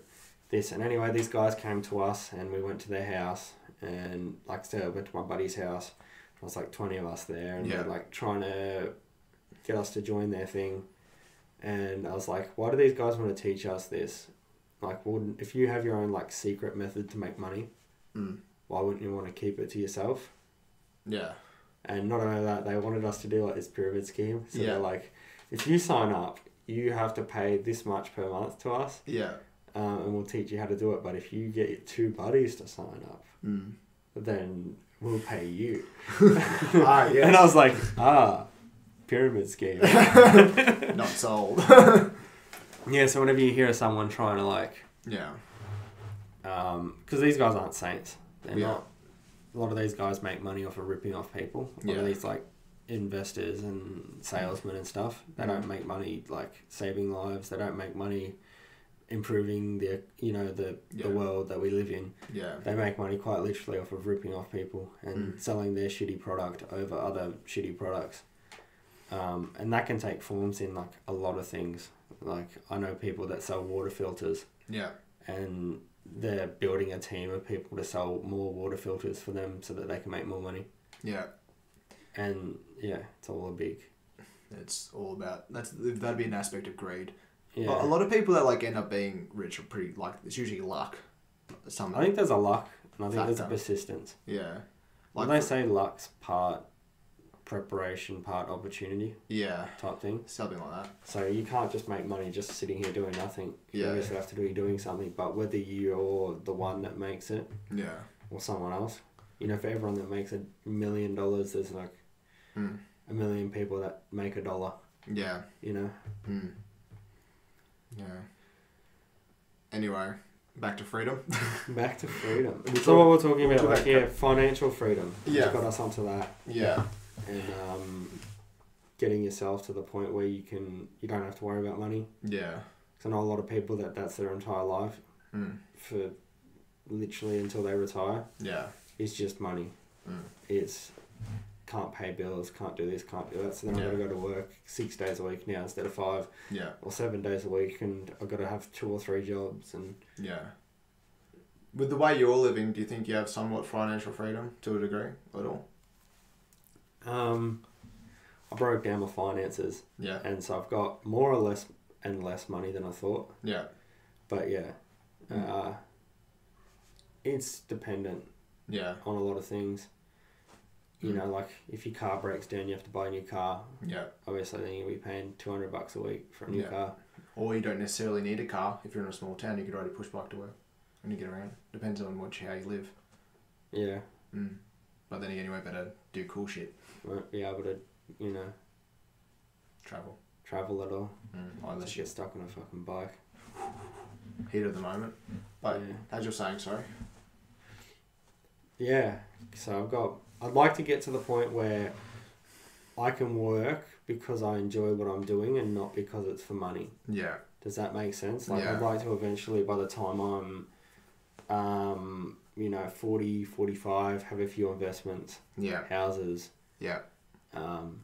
Speaker 2: this. And anyway, these guys came to us, and we went to their house, and like I said, I went to my buddy's house. There was like twenty of us there, and
Speaker 1: Yeah.
Speaker 2: they're like trying to get us to join their thing. And I was like, why do these guys want to teach us this? Like, wouldn't if you have your own like secret method to make money,
Speaker 1: Mm.
Speaker 2: why wouldn't you want to keep it to yourself?
Speaker 1: Yeah.
Speaker 2: And not only that, they wanted us to do like this pyramid scheme. So
Speaker 1: Yeah.
Speaker 2: they're like, if you sign up, you have to pay this much per month to us,
Speaker 1: Yeah.
Speaker 2: um, and we'll teach you how to do it. But if you get your two buddies to sign up,
Speaker 1: Mm.
Speaker 2: then we'll pay you.
Speaker 1: Ah,
Speaker 2: And
Speaker 1: yes.
Speaker 2: I was like, ah, pyramid scheme.
Speaker 1: Not sold.
Speaker 2: yeah. So whenever you hear someone trying to like,
Speaker 1: yeah.
Speaker 2: because these guys aren't saints, they're
Speaker 1: Yeah.
Speaker 2: not. A lot of these guys make money off of ripping off people. A lot
Speaker 1: Yeah.
Speaker 2: of these like investors and salesmen and stuff. They
Speaker 1: Mm.
Speaker 2: don't make money like saving lives. They don't make money improving the you know the
Speaker 1: Yeah.
Speaker 2: the world that we live in.
Speaker 1: Yeah.
Speaker 2: They make money quite literally off of ripping off people and
Speaker 1: Mm.
Speaker 2: selling their shitty product over other shitty products. Um, and that can take forms in like a lot of things. Like I know people that sell water filters
Speaker 1: Yeah.
Speaker 2: and they're building a team of people to sell more water filters for them so that they can make more money.
Speaker 1: Yeah.
Speaker 2: And yeah, it's all a big
Speaker 1: It's all about that's that'd be an aspect of greed.
Speaker 2: yeah.
Speaker 1: A lot of people that like end up being rich are pretty like it's usually luck. Some
Speaker 2: I think there's a luck and I think there's a
Speaker 1: Factor.
Speaker 2: persistence.
Speaker 1: yeah.
Speaker 2: Like
Speaker 1: Like
Speaker 2: they say, luck's part preparation, part opportunity
Speaker 1: yeah,
Speaker 2: type thing.
Speaker 1: something like that.
Speaker 2: So you can't just make money just sitting here doing nothing. You
Speaker 1: Yeah.
Speaker 2: obviously have to be doing something. But whether you're the one that makes it
Speaker 1: Yeah.
Speaker 2: or someone else, you know, for everyone that makes a million dollars, there's like
Speaker 1: Mm.
Speaker 2: a million people that make a dollar.
Speaker 1: Yeah.
Speaker 2: You know.
Speaker 1: Mm. Yeah. Anyway, back to freedom.
Speaker 2: Back to freedom.
Speaker 1: We'll
Speaker 2: so
Speaker 1: talk-
Speaker 2: what we're talking about,
Speaker 1: talk
Speaker 2: like,
Speaker 1: about
Speaker 2: yeah, financial freedom. which
Speaker 1: Yeah.
Speaker 2: got us onto that,
Speaker 1: yeah.
Speaker 2: and um, getting yourself to the point where you can, you don't have to worry about money.
Speaker 1: Yeah.
Speaker 2: 'Cause I know a lot of people that that's their entire life
Speaker 1: Mm.
Speaker 2: for literally until they retire.
Speaker 1: Yeah.
Speaker 2: It's just money.
Speaker 1: Mm.
Speaker 2: It's can't pay bills, can't do this, can't do that. So then
Speaker 1: Yeah.
Speaker 2: I've got to go to work six days a week now instead of five
Speaker 1: Yeah.
Speaker 2: or seven days a week, and I've got to have two or three jobs. And
Speaker 1: Yeah. With the way you're living, do you think you have somewhat financial freedom to a degree at all?
Speaker 2: um, I broke down my finances.
Speaker 1: Yeah.
Speaker 2: and so I've got more or less and less money than I thought.
Speaker 1: Yeah. Hmm.
Speaker 2: But yeah, uh, it's dependent
Speaker 1: Yeah.
Speaker 2: on a lot of things. You
Speaker 1: Hmm.
Speaker 2: know, like if your car breaks down, you have to buy a new car.
Speaker 1: Yeah.
Speaker 2: Obviously, then you'll be paying two hundred bucks a week for a new
Speaker 1: Yeah.
Speaker 2: car.
Speaker 1: Or you don't necessarily need a car. If you're in a small town, you could ride a push bike to work and you get around. Depends on what how you live.
Speaker 2: Yeah,
Speaker 1: Mm. But then again, you won't better do cool shit.
Speaker 2: won't be able to, you know,
Speaker 1: Travel.
Speaker 2: travel at all.
Speaker 1: Mm.
Speaker 2: Just
Speaker 1: Unless you
Speaker 2: get stuck on a fucking bike.
Speaker 1: heat at the moment. But
Speaker 2: Yeah.
Speaker 1: as you're saying, sorry.
Speaker 2: Yeah. So I've got. I'd like to get to the point where I can work because I enjoy what I'm doing and not because it's for money.
Speaker 1: Yeah.
Speaker 2: Does that make sense? Like
Speaker 1: Yeah.
Speaker 2: I'd like to eventually, by the time I'm, um, you know, 40, 45, have a few investments,
Speaker 1: Yeah.
Speaker 2: houses,
Speaker 1: Yeah.
Speaker 2: um,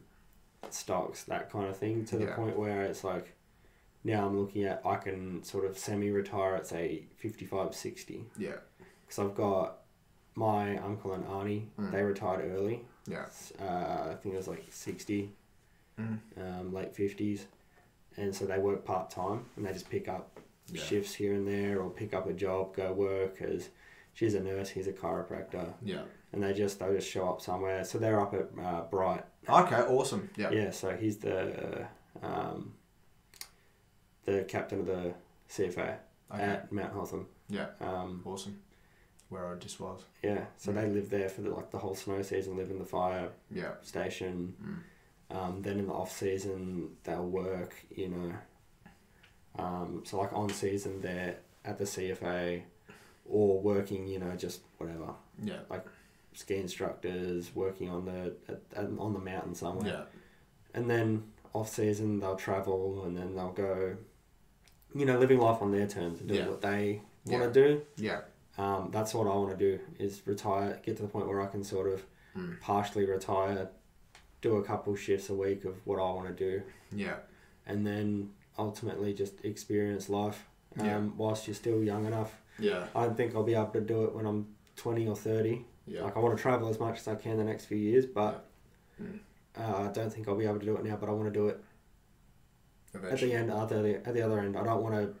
Speaker 2: stocks, that kind of thing, to the
Speaker 1: Yeah.
Speaker 2: point where it's like, now I'm looking at I can sort of semi-retire at say 55, 60
Speaker 1: Yeah.
Speaker 2: because I've got my uncle and auntie.
Speaker 1: Mm.
Speaker 2: They retired early.
Speaker 1: Yeah.
Speaker 2: Uh, I think it was like sixty,
Speaker 1: Mm.
Speaker 2: um, late fifties, and so they work part time and they just pick up
Speaker 1: Yeah.
Speaker 2: shifts here and there or pick up a job, go work as she's a nurse, he's a chiropractor,
Speaker 1: Yeah.
Speaker 2: and they just they just show up somewhere. So they're up at uh, Bright.
Speaker 1: Okay. Awesome. Yeah.
Speaker 2: Yeah, so he's the um, the captain of the CFA
Speaker 1: Okay.
Speaker 2: at Mount Hotham.
Speaker 1: Yeah.
Speaker 2: Um,
Speaker 1: Awesome. Where I just was.
Speaker 2: Yeah, so
Speaker 1: Mm.
Speaker 2: they live there for the, like the whole snow season, live in the fire
Speaker 1: Yeah.
Speaker 2: station.
Speaker 1: Hmm.
Speaker 2: Um, then in the off season, they'll work, you know. Um, so like on season, they're at the CFA or working, you know, just whatever,
Speaker 1: Yeah.
Speaker 2: ski instructors, working on the at, at, on the mountain somewhere.
Speaker 1: Yeah.
Speaker 2: And then off season, they'll travel and then they'll go, you know, living life on their terms and doing
Speaker 1: Yeah.
Speaker 2: what they
Speaker 1: Yeah.
Speaker 2: want to do.
Speaker 1: Yeah.
Speaker 2: Um, that's what I want to do is retire, get to the point where I can sort of
Speaker 1: Mm.
Speaker 2: partially retire, do a couple shifts a week of what I want to do,
Speaker 1: Yeah.
Speaker 2: and then ultimately just experience life um,
Speaker 1: Yeah.
Speaker 2: whilst you're still young enough.
Speaker 1: Yeah.
Speaker 2: I don't think I'll be able to do it when I'm 20 or 30.
Speaker 1: Yeah.
Speaker 2: Like, I want to travel as much as I can the next few years, but
Speaker 1: Yeah. Mm.
Speaker 2: uh, I don't think I'll be able to do it now, but I want to do it at
Speaker 1: Eventually.
Speaker 2: the end, at the, at the other end. I don't want to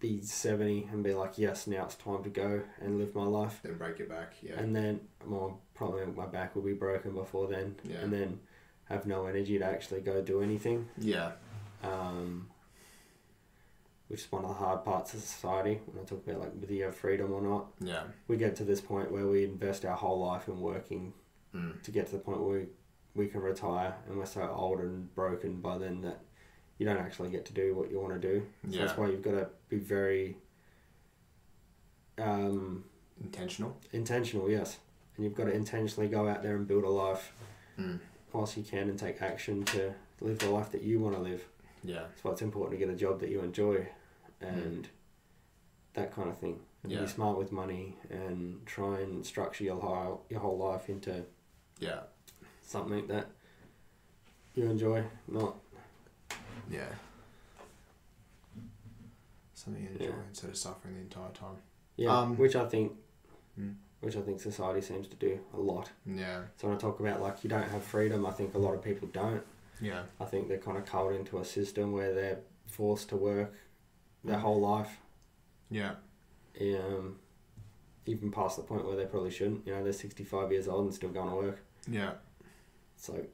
Speaker 2: be 70 and be like, yes, now it's time to go and live my life.
Speaker 1: Then break your back. Yeah.
Speaker 2: and then well, probably my back will be broken before then,
Speaker 1: Yeah.
Speaker 2: and then have no energy to actually go do anything,
Speaker 1: yeah.
Speaker 2: um, which is one of the hard parts of society. When I talk about like whether you have freedom or not,
Speaker 1: Yeah.
Speaker 2: we get to this point where we invest our whole life in working
Speaker 1: Mm.
Speaker 2: to get to the point where we, we can retire, and we're so old and broken by then that you don't actually get to do what you want to do. So
Speaker 1: Yeah.
Speaker 2: That's why you've got to be very um,
Speaker 1: Intentional.
Speaker 2: Intentional, yes. And you've got to intentionally go out there and build a life
Speaker 1: Mm.
Speaker 2: whilst you can and take action to live the life that you want to live.
Speaker 1: Yeah.
Speaker 2: That's why it's important to get a job that you enjoy and that kind of thing. And
Speaker 1: Hmm. Yeah.
Speaker 2: Be smart with money and try and structure your whole, your whole life into
Speaker 1: Yeah.
Speaker 2: something that you enjoy, not
Speaker 1: Yeah. Something you enjoy
Speaker 2: Yeah.
Speaker 1: instead of suffering the entire time.
Speaker 2: yeah,
Speaker 1: Um,
Speaker 2: which I think
Speaker 1: Mm.
Speaker 2: which I think society seems to do a lot.
Speaker 1: Yeah.
Speaker 2: So when I talk about like you don't have freedom, I think a lot of people don't.
Speaker 1: Yeah.
Speaker 2: I think they're kind of culled into a system where they're forced to work their whole life,
Speaker 1: Yeah.
Speaker 2: um, even past the point where they probably shouldn't. You know, they're 65 years old and still going to work.
Speaker 1: Yeah.
Speaker 2: So,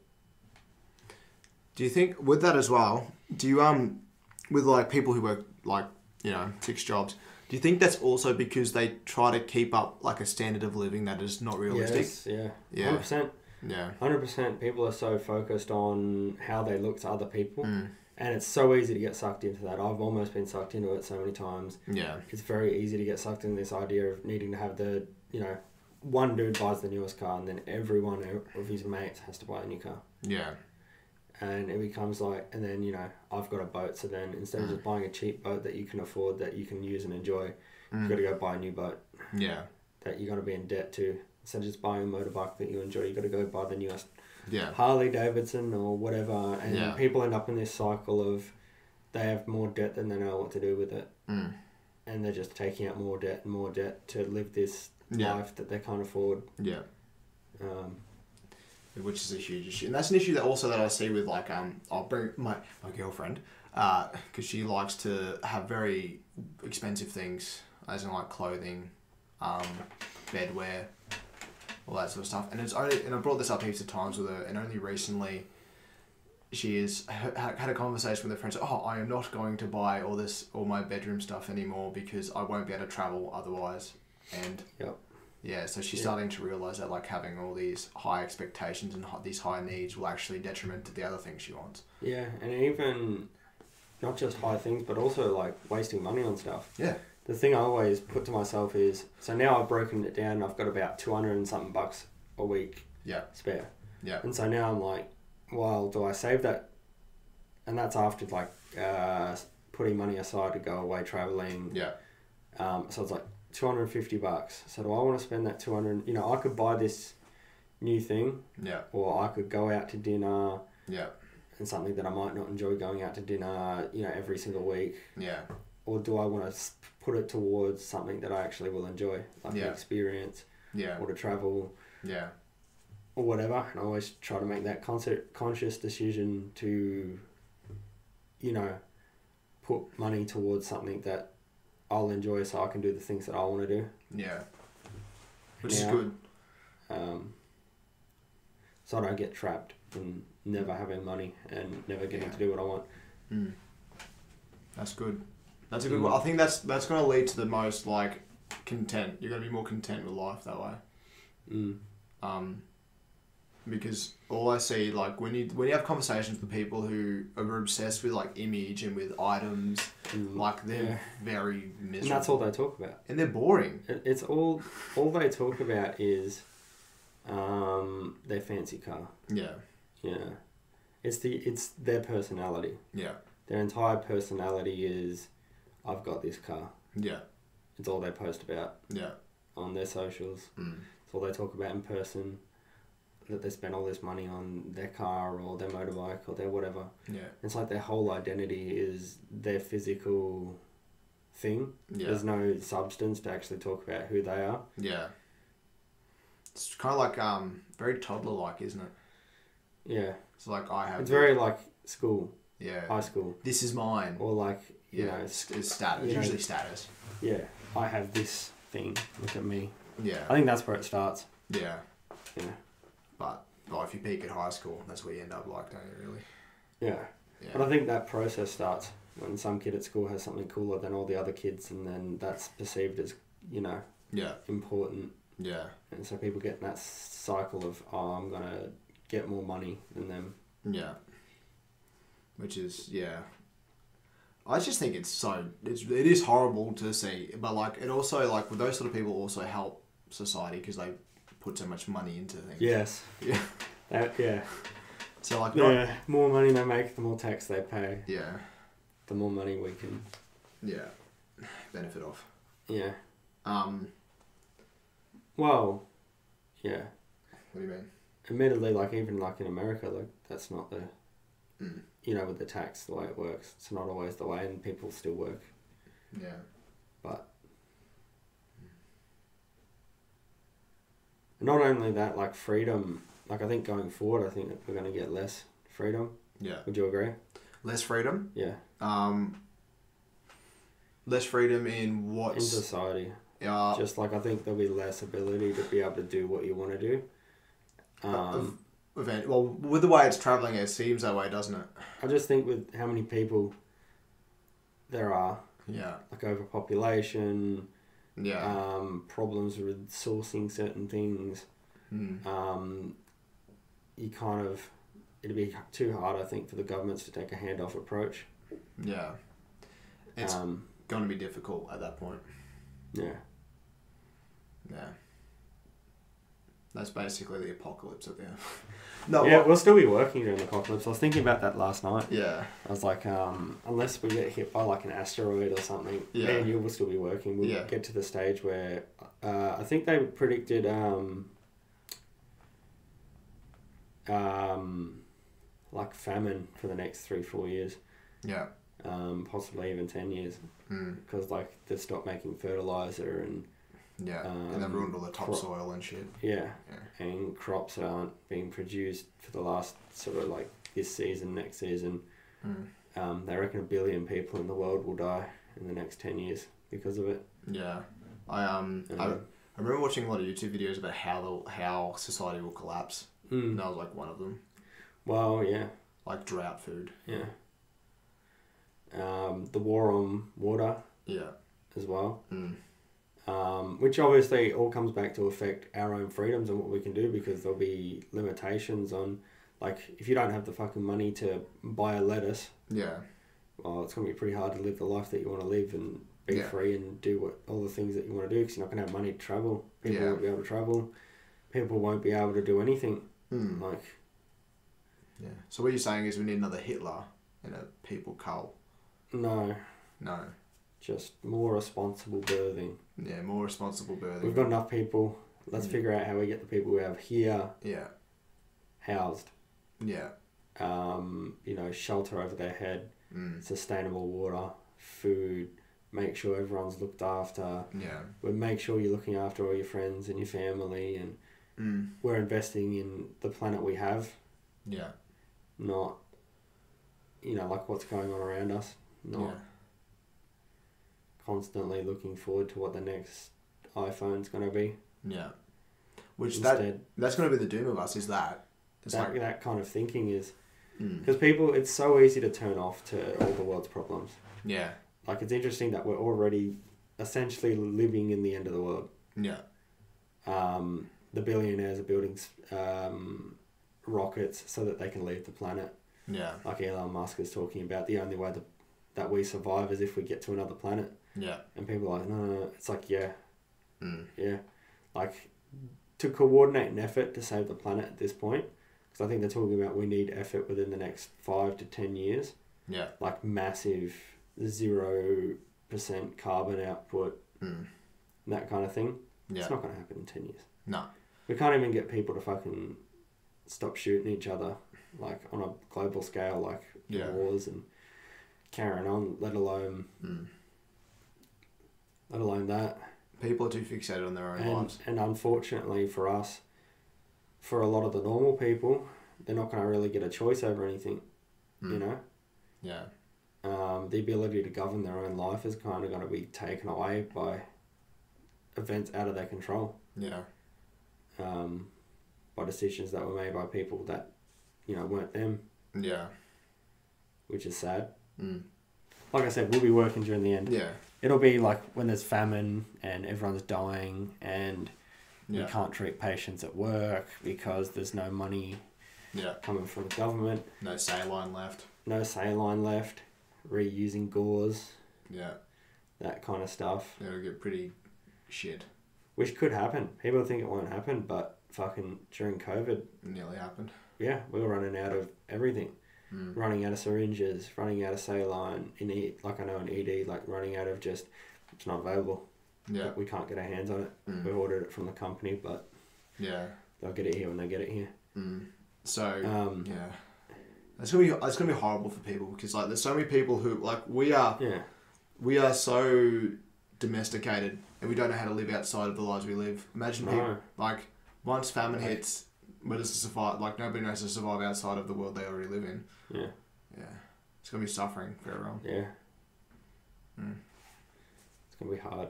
Speaker 1: Do you think with that as well? Do you um with like people who work like you know six jobs? Do you think that's also because they try to keep up like a standard of living that is not realistic?
Speaker 2: yes, yeah.
Speaker 1: Yeah.
Speaker 2: 100%.
Speaker 1: Yeah.
Speaker 2: 100% people are so focused on how they look to other people.
Speaker 1: Mm.
Speaker 2: And it's so easy to get sucked into that. I've almost been sucked into it so many times.
Speaker 1: Yeah.
Speaker 2: It's very easy to get sucked into this idea of needing to have the, you know, one dude buys the newest car and then everyone e-, of his mates has to buy a new car.
Speaker 1: Yeah.
Speaker 2: and it becomes like and then you know i've got a boat so then instead of
Speaker 1: Mm.
Speaker 2: just buying a cheap boat that you can afford that you can use and enjoy you've got to
Speaker 1: Mm.
Speaker 2: go buy a new boat
Speaker 1: Yeah.
Speaker 2: that you got to be in debt to instead of just buying a motorbike that you enjoy you got to go buy the newest
Speaker 1: Yeah.
Speaker 2: harley davidson or whatever and
Speaker 1: Yeah.
Speaker 2: people end up in this cycle of they have more debt than they know what to do with it
Speaker 1: Mm.
Speaker 2: and they're just taking out more debt and more debt to live this
Speaker 1: Yeah.
Speaker 2: life that they can't afford
Speaker 1: Yeah.
Speaker 2: um,
Speaker 1: which is a huge issue, and that's an issue that also that I see with like um I'll bring my my girlfriend, uh, because she likes to have very expensive things, as in like clothing, um, bedwear, all that sort of stuff. And it's only, and I brought this up heaps of times with her, and only recently she is ha- had a conversation with her friends. Oh, I am not going to buy all this, all my bedroom stuff anymore because I won't be able to travel otherwise. And
Speaker 2: Yep.
Speaker 1: yeah, so she's
Speaker 2: Yeah.
Speaker 1: starting to realize that like having all these high expectations and hi- these high needs will actually detriment to the other things she wants.
Speaker 2: Yeah, and even not just high things, but also like wasting money on stuff.
Speaker 1: Yeah.
Speaker 2: The thing I always put to myself is so now I've broken it down and I've got about 200 and something bucks a week
Speaker 1: Yeah.
Speaker 2: spare.
Speaker 1: Yeah.
Speaker 2: And so now I'm like, well, do I save that? And that's after like uh, putting money aside to go away traveling.
Speaker 1: Yeah.
Speaker 2: Um, so it's like 250 bucks. So do I want to spend that 200? You know, I could buy this new thing
Speaker 1: Yeah.
Speaker 2: or I could go out to dinner
Speaker 1: Yeah.
Speaker 2: and something that I might not enjoy going out to dinner, you know, every single week,
Speaker 1: Yeah.
Speaker 2: or do I want to put it towards something that I actually will enjoy, like
Speaker 1: Yeah.
Speaker 2: an experience
Speaker 1: Yeah.
Speaker 2: or to travel
Speaker 1: Yeah.
Speaker 2: or whatever? And I always try to make that concert conscious decision to, you know, put money towards something that I'll enjoy, so I can do the things that I want to do.
Speaker 1: Yeah. Which is
Speaker 2: Yeah.
Speaker 1: good.
Speaker 2: Um, so I don't get trapped in never having money and never getting
Speaker 1: Yeah.
Speaker 2: to do what I want.
Speaker 1: Mm. That's good. That's a
Speaker 2: Mm.
Speaker 1: good one. I think that's that's going to lead to the most like content. You're going to be more content with life that way.
Speaker 2: Mm.
Speaker 1: Um, because all I see like when you when you have conversations with people who are obsessed with like image and with items,
Speaker 2: Mm.
Speaker 1: like they're
Speaker 2: Yeah.
Speaker 1: very miserable.
Speaker 2: And that's all they talk about.
Speaker 1: And they're boring.
Speaker 2: It- It's all all they talk about is um, their fancy car.
Speaker 1: Yeah.
Speaker 2: Yeah, it's the it's their personality.
Speaker 1: Yeah.
Speaker 2: Their entire personality is, I've got this car.
Speaker 1: Yeah.
Speaker 2: It's all they post about
Speaker 1: Yeah.
Speaker 2: on their socials.
Speaker 1: Mm.
Speaker 2: It's all they talk about in person. That they spend all this money on their car or their motorbike or their whatever.
Speaker 1: Yeah.
Speaker 2: It's like their whole identity is their physical thing.
Speaker 1: Yeah.
Speaker 2: There's no substance to actually talk about who they are.
Speaker 1: Yeah. It's kind of like um very toddler like, isn't it?
Speaker 2: Yeah.
Speaker 1: It's like I have.
Speaker 2: It's very like school,
Speaker 1: Yeah.
Speaker 2: high school,
Speaker 1: this is mine.
Speaker 2: or like you
Speaker 1: Yeah,
Speaker 2: know,
Speaker 1: it's, it's status.
Speaker 2: you know-
Speaker 1: usually status.
Speaker 2: yeah, I have this thing. Look at me. I
Speaker 1: Yeah,
Speaker 2: think that's where it starts.
Speaker 1: yeah.
Speaker 2: Yeah,
Speaker 1: But well, if you peak at high school, that's where you end up like, don't you? Really?
Speaker 2: yeah. But
Speaker 1: Yeah,
Speaker 2: I think that process starts when some kid at school has something cooler than all the other kids, and then that's perceived as you know
Speaker 1: yeah,
Speaker 2: important,
Speaker 1: yeah,
Speaker 2: and so people get in that cycle of oh, I'm gonna get more money than them.
Speaker 1: yeah. Which is yeah. I just think it's so it's it is horrible to see, but like it also like with those sort of people also help society because they put so much money into things.
Speaker 2: Yes.
Speaker 1: Yeah.
Speaker 2: That, yeah.
Speaker 1: So like not, yeah.
Speaker 2: The more money they make, the more tax they pay,
Speaker 1: yeah,
Speaker 2: the more money we can.
Speaker 1: yeah, benefit off.
Speaker 2: Yeah.
Speaker 1: Um,
Speaker 2: Well. Yeah.
Speaker 1: what do you mean?
Speaker 2: admittedly, like even like in America, like that's not the,
Speaker 1: Mm.
Speaker 2: you know, with the tax the way it works, it's not always the way, and people still work.
Speaker 1: Yeah.
Speaker 2: But not only that, like freedom, like I think going forward, I think that we're gonna get less freedom.
Speaker 1: Yeah.
Speaker 2: Would you agree?
Speaker 1: Less freedom.
Speaker 2: Yeah,
Speaker 1: um, less freedom in
Speaker 2: in
Speaker 1: what's
Speaker 2: society,
Speaker 1: uh,
Speaker 2: just like I think there'll be less ability to be able to do what you want to do.
Speaker 1: Uh,
Speaker 2: Um,
Speaker 1: event. Well, with the way it's traveling, it seems that way, doesn't it?
Speaker 2: I just think with how many people there are,
Speaker 1: Yeah,
Speaker 2: like overpopulation,
Speaker 1: yeah,
Speaker 2: um, problems with sourcing certain things.
Speaker 1: mm.
Speaker 2: Um, you kind of it'd be too hard, I think, for the governments to take a handoff approach.
Speaker 1: yeah. It's
Speaker 2: Um,
Speaker 1: going to be difficult at that point.
Speaker 2: yeah,
Speaker 1: Yeah, that's basically the apocalypse at the end. no,
Speaker 2: yeah,
Speaker 1: yeah,
Speaker 2: we'll still be working during the apocalypse. I was thinking about that last night.
Speaker 1: yeah,
Speaker 2: I was like, um, unless we get hit by like an asteroid or something,
Speaker 1: Yeah.
Speaker 2: yeah, you will still be working. We'll
Speaker 1: Yeah.
Speaker 2: get to the stage where uh, I think they predicted um, um, like famine for the next three, four years.
Speaker 1: yeah.
Speaker 2: um, possibly even 10 years
Speaker 1: Mm,
Speaker 2: because like they stopped making fertilizer and
Speaker 1: yeah, and they've
Speaker 2: Um,
Speaker 1: ruined all the
Speaker 2: cro-
Speaker 1: topsoil and shit.
Speaker 2: yeah,
Speaker 1: Yeah.
Speaker 2: and crops aren't being produced for the last sort of like this season next season
Speaker 1: Mm.
Speaker 2: um, they reckon a billion people in the world will die in the next 10 years because of it
Speaker 1: Yeah, I um, I,
Speaker 2: Um,
Speaker 1: I remember watching a lot of YouTube videos about how the, how society will collapse.
Speaker 2: Mm.
Speaker 1: And that was like one of them,
Speaker 2: Well, yeah,
Speaker 1: like drought food.
Speaker 2: yeah. Um, the war on water
Speaker 1: Yeah.
Speaker 2: as well,
Speaker 1: Mm.
Speaker 2: um, which obviously all comes back to affect our own freedoms and what we can do because there'll be limitations on, like, if you don't have the fucking money to buy a lettuce,
Speaker 1: Yeah.
Speaker 2: well, oh, it's going to be pretty hard to live the life that you want to live and be
Speaker 1: Yeah.
Speaker 2: free and do what all the things that you want to do because you're not going to have money to travel. People
Speaker 1: Yeah.
Speaker 2: won't be able to travel. People won't be able to do anything.
Speaker 1: Mm.
Speaker 2: Like,
Speaker 1: Yeah. So what you're saying is we need another Hitler and a people cull.
Speaker 2: no,
Speaker 1: No.
Speaker 2: just more responsible birthing.
Speaker 1: Yeah. More responsible birthing.
Speaker 2: We've got enough people. Let's
Speaker 1: Mm.
Speaker 2: figure out how we get the people we have here
Speaker 1: yeah.
Speaker 2: housed.
Speaker 1: Yeah.
Speaker 2: Um, you know, shelter over their head,
Speaker 1: Mm.
Speaker 2: sustainable water, food. Make sure everyone's looked after.
Speaker 1: Yeah.
Speaker 2: We make sure you're looking after all your friends and your family, and
Speaker 1: Mm.
Speaker 2: we're investing in the planet we have,
Speaker 1: Yeah.
Speaker 2: not you know like what's going on around us. Not
Speaker 1: Yeah.
Speaker 2: constantly looking forward to what the next iPhone's going to be.
Speaker 1: Yeah. Which that
Speaker 2: Instead,
Speaker 1: that's gonna be the doom of us is that. It's
Speaker 2: that,
Speaker 1: like
Speaker 2: that kind of thinking is
Speaker 1: mm.
Speaker 2: Because people, it's so easy to turn off to all the world's problems.
Speaker 1: yeah.
Speaker 2: Like, it's interesting that we're already essentially living in the end of the world.
Speaker 1: Yeah.
Speaker 2: Um, the billionaires are building um, rockets so that they can leave the planet.
Speaker 1: Yeah.
Speaker 2: Like Elon Musk is talking about, the only way that, that we survive is if we get to another planet.
Speaker 1: Yeah.
Speaker 2: And people are like, no, no, no. It's like, yeah,
Speaker 1: Mm.
Speaker 2: yeah. Like, to coordinate an effort to save the planet at this point, because I think they're talking about we need effort within the next five to ten years.
Speaker 1: Yeah.
Speaker 2: like massive zero percent carbon output,
Speaker 1: Mm.
Speaker 2: and that kind of thing.
Speaker 1: Yeah.
Speaker 2: It's not going to happen in ten years.
Speaker 1: No.
Speaker 2: We can't even get people to fucking stop shooting each other, like on a global scale, like
Speaker 1: Yeah.
Speaker 2: wars and carrying on. Let alone,
Speaker 1: Mm.
Speaker 2: let alone that.
Speaker 1: People are too fixated on their own
Speaker 2: And,
Speaker 1: lives.
Speaker 2: and unfortunately for us, for a lot of the normal people, they're not going to really get a choice over anything. You
Speaker 1: Mm.
Speaker 2: know.
Speaker 1: Yeah.
Speaker 2: um, the ability to govern their own life is kind of going to be taken away by events out of their control
Speaker 1: Yeah.
Speaker 2: um, by decisions that were made by people that you know weren't them
Speaker 1: Yeah.
Speaker 2: which is sad
Speaker 1: Mm.
Speaker 2: like i said we'll be working during the end
Speaker 1: Yeah.
Speaker 2: it'll be like when there's famine and everyone's dying and you
Speaker 1: Yeah.
Speaker 2: can't treat patients at work because there's no money
Speaker 1: Yeah.
Speaker 2: coming from the government
Speaker 1: No saline left.
Speaker 2: no saline left reusing gauze
Speaker 1: Yeah.
Speaker 2: that kind of stuff
Speaker 1: It'll get pretty shit.
Speaker 2: which could happen. People think it won't happen, but fucking during COVID,
Speaker 1: Nearly happened.
Speaker 2: yeah, we were running out of everything.
Speaker 1: Mm.
Speaker 2: Running out of syringes, running out of saline, in e- like I know in ED, like running out of just, it's not available.
Speaker 1: Yeah.
Speaker 2: We can't get our hands on it.
Speaker 1: Mm.
Speaker 2: We've ordered it from the company, but
Speaker 1: Yeah.
Speaker 2: they'll get it here when they get it here.
Speaker 1: Mm. So.
Speaker 2: Um,
Speaker 1: Yeah. It's gonna be it's gonna be horrible for people because like there's so many people who like we are
Speaker 2: yeah,
Speaker 1: we are so domesticated and we don't know how to live outside of the lives we live. Imagine
Speaker 2: No.
Speaker 1: people, like once famine
Speaker 2: Like-
Speaker 1: hits, where does it survive? Like nobody knows how to survive outside of the world they already live in.
Speaker 2: yeah,
Speaker 1: Yeah, it's gonna be suffering for everyone.
Speaker 2: yeah.
Speaker 1: Mm.
Speaker 2: It's going to be hard.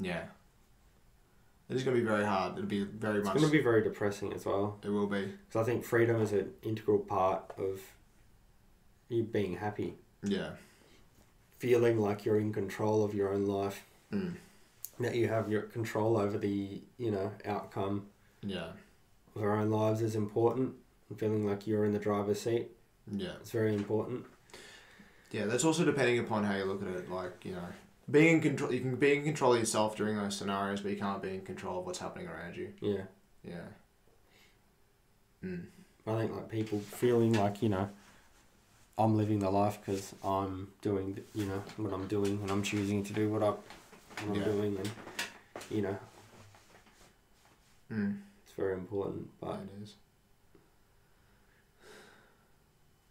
Speaker 1: Yeah, it is gonna be very hard. It'll be very
Speaker 2: It's
Speaker 1: much.
Speaker 2: going to be very depressing as well.
Speaker 1: It will be.
Speaker 2: Because I think freedom is an integral part of you being happy.
Speaker 1: Yeah.
Speaker 2: feeling like you're in control of your own life,
Speaker 1: Mm.
Speaker 2: that you have your control over the you know outcome
Speaker 1: Yeah.
Speaker 2: of our own lives is important. And feeling like you're in the driver's seat
Speaker 1: Yeah.
Speaker 2: is very important.
Speaker 1: Yeah, that's also depending upon how you look at it. Like, you know, being in control, you can be in control of yourself during those scenarios, but you can't be in control of what's happening around you.
Speaker 2: Yeah,
Speaker 1: Yeah. Mm.
Speaker 2: I think like people feeling like you know. I'm living the life because I'm doing, th- you know, what I'm doing, and I'm choosing to do what, I, what I'm
Speaker 1: Yeah.
Speaker 2: doing, and you know,
Speaker 1: Mm.
Speaker 2: it's very important. But
Speaker 1: it is.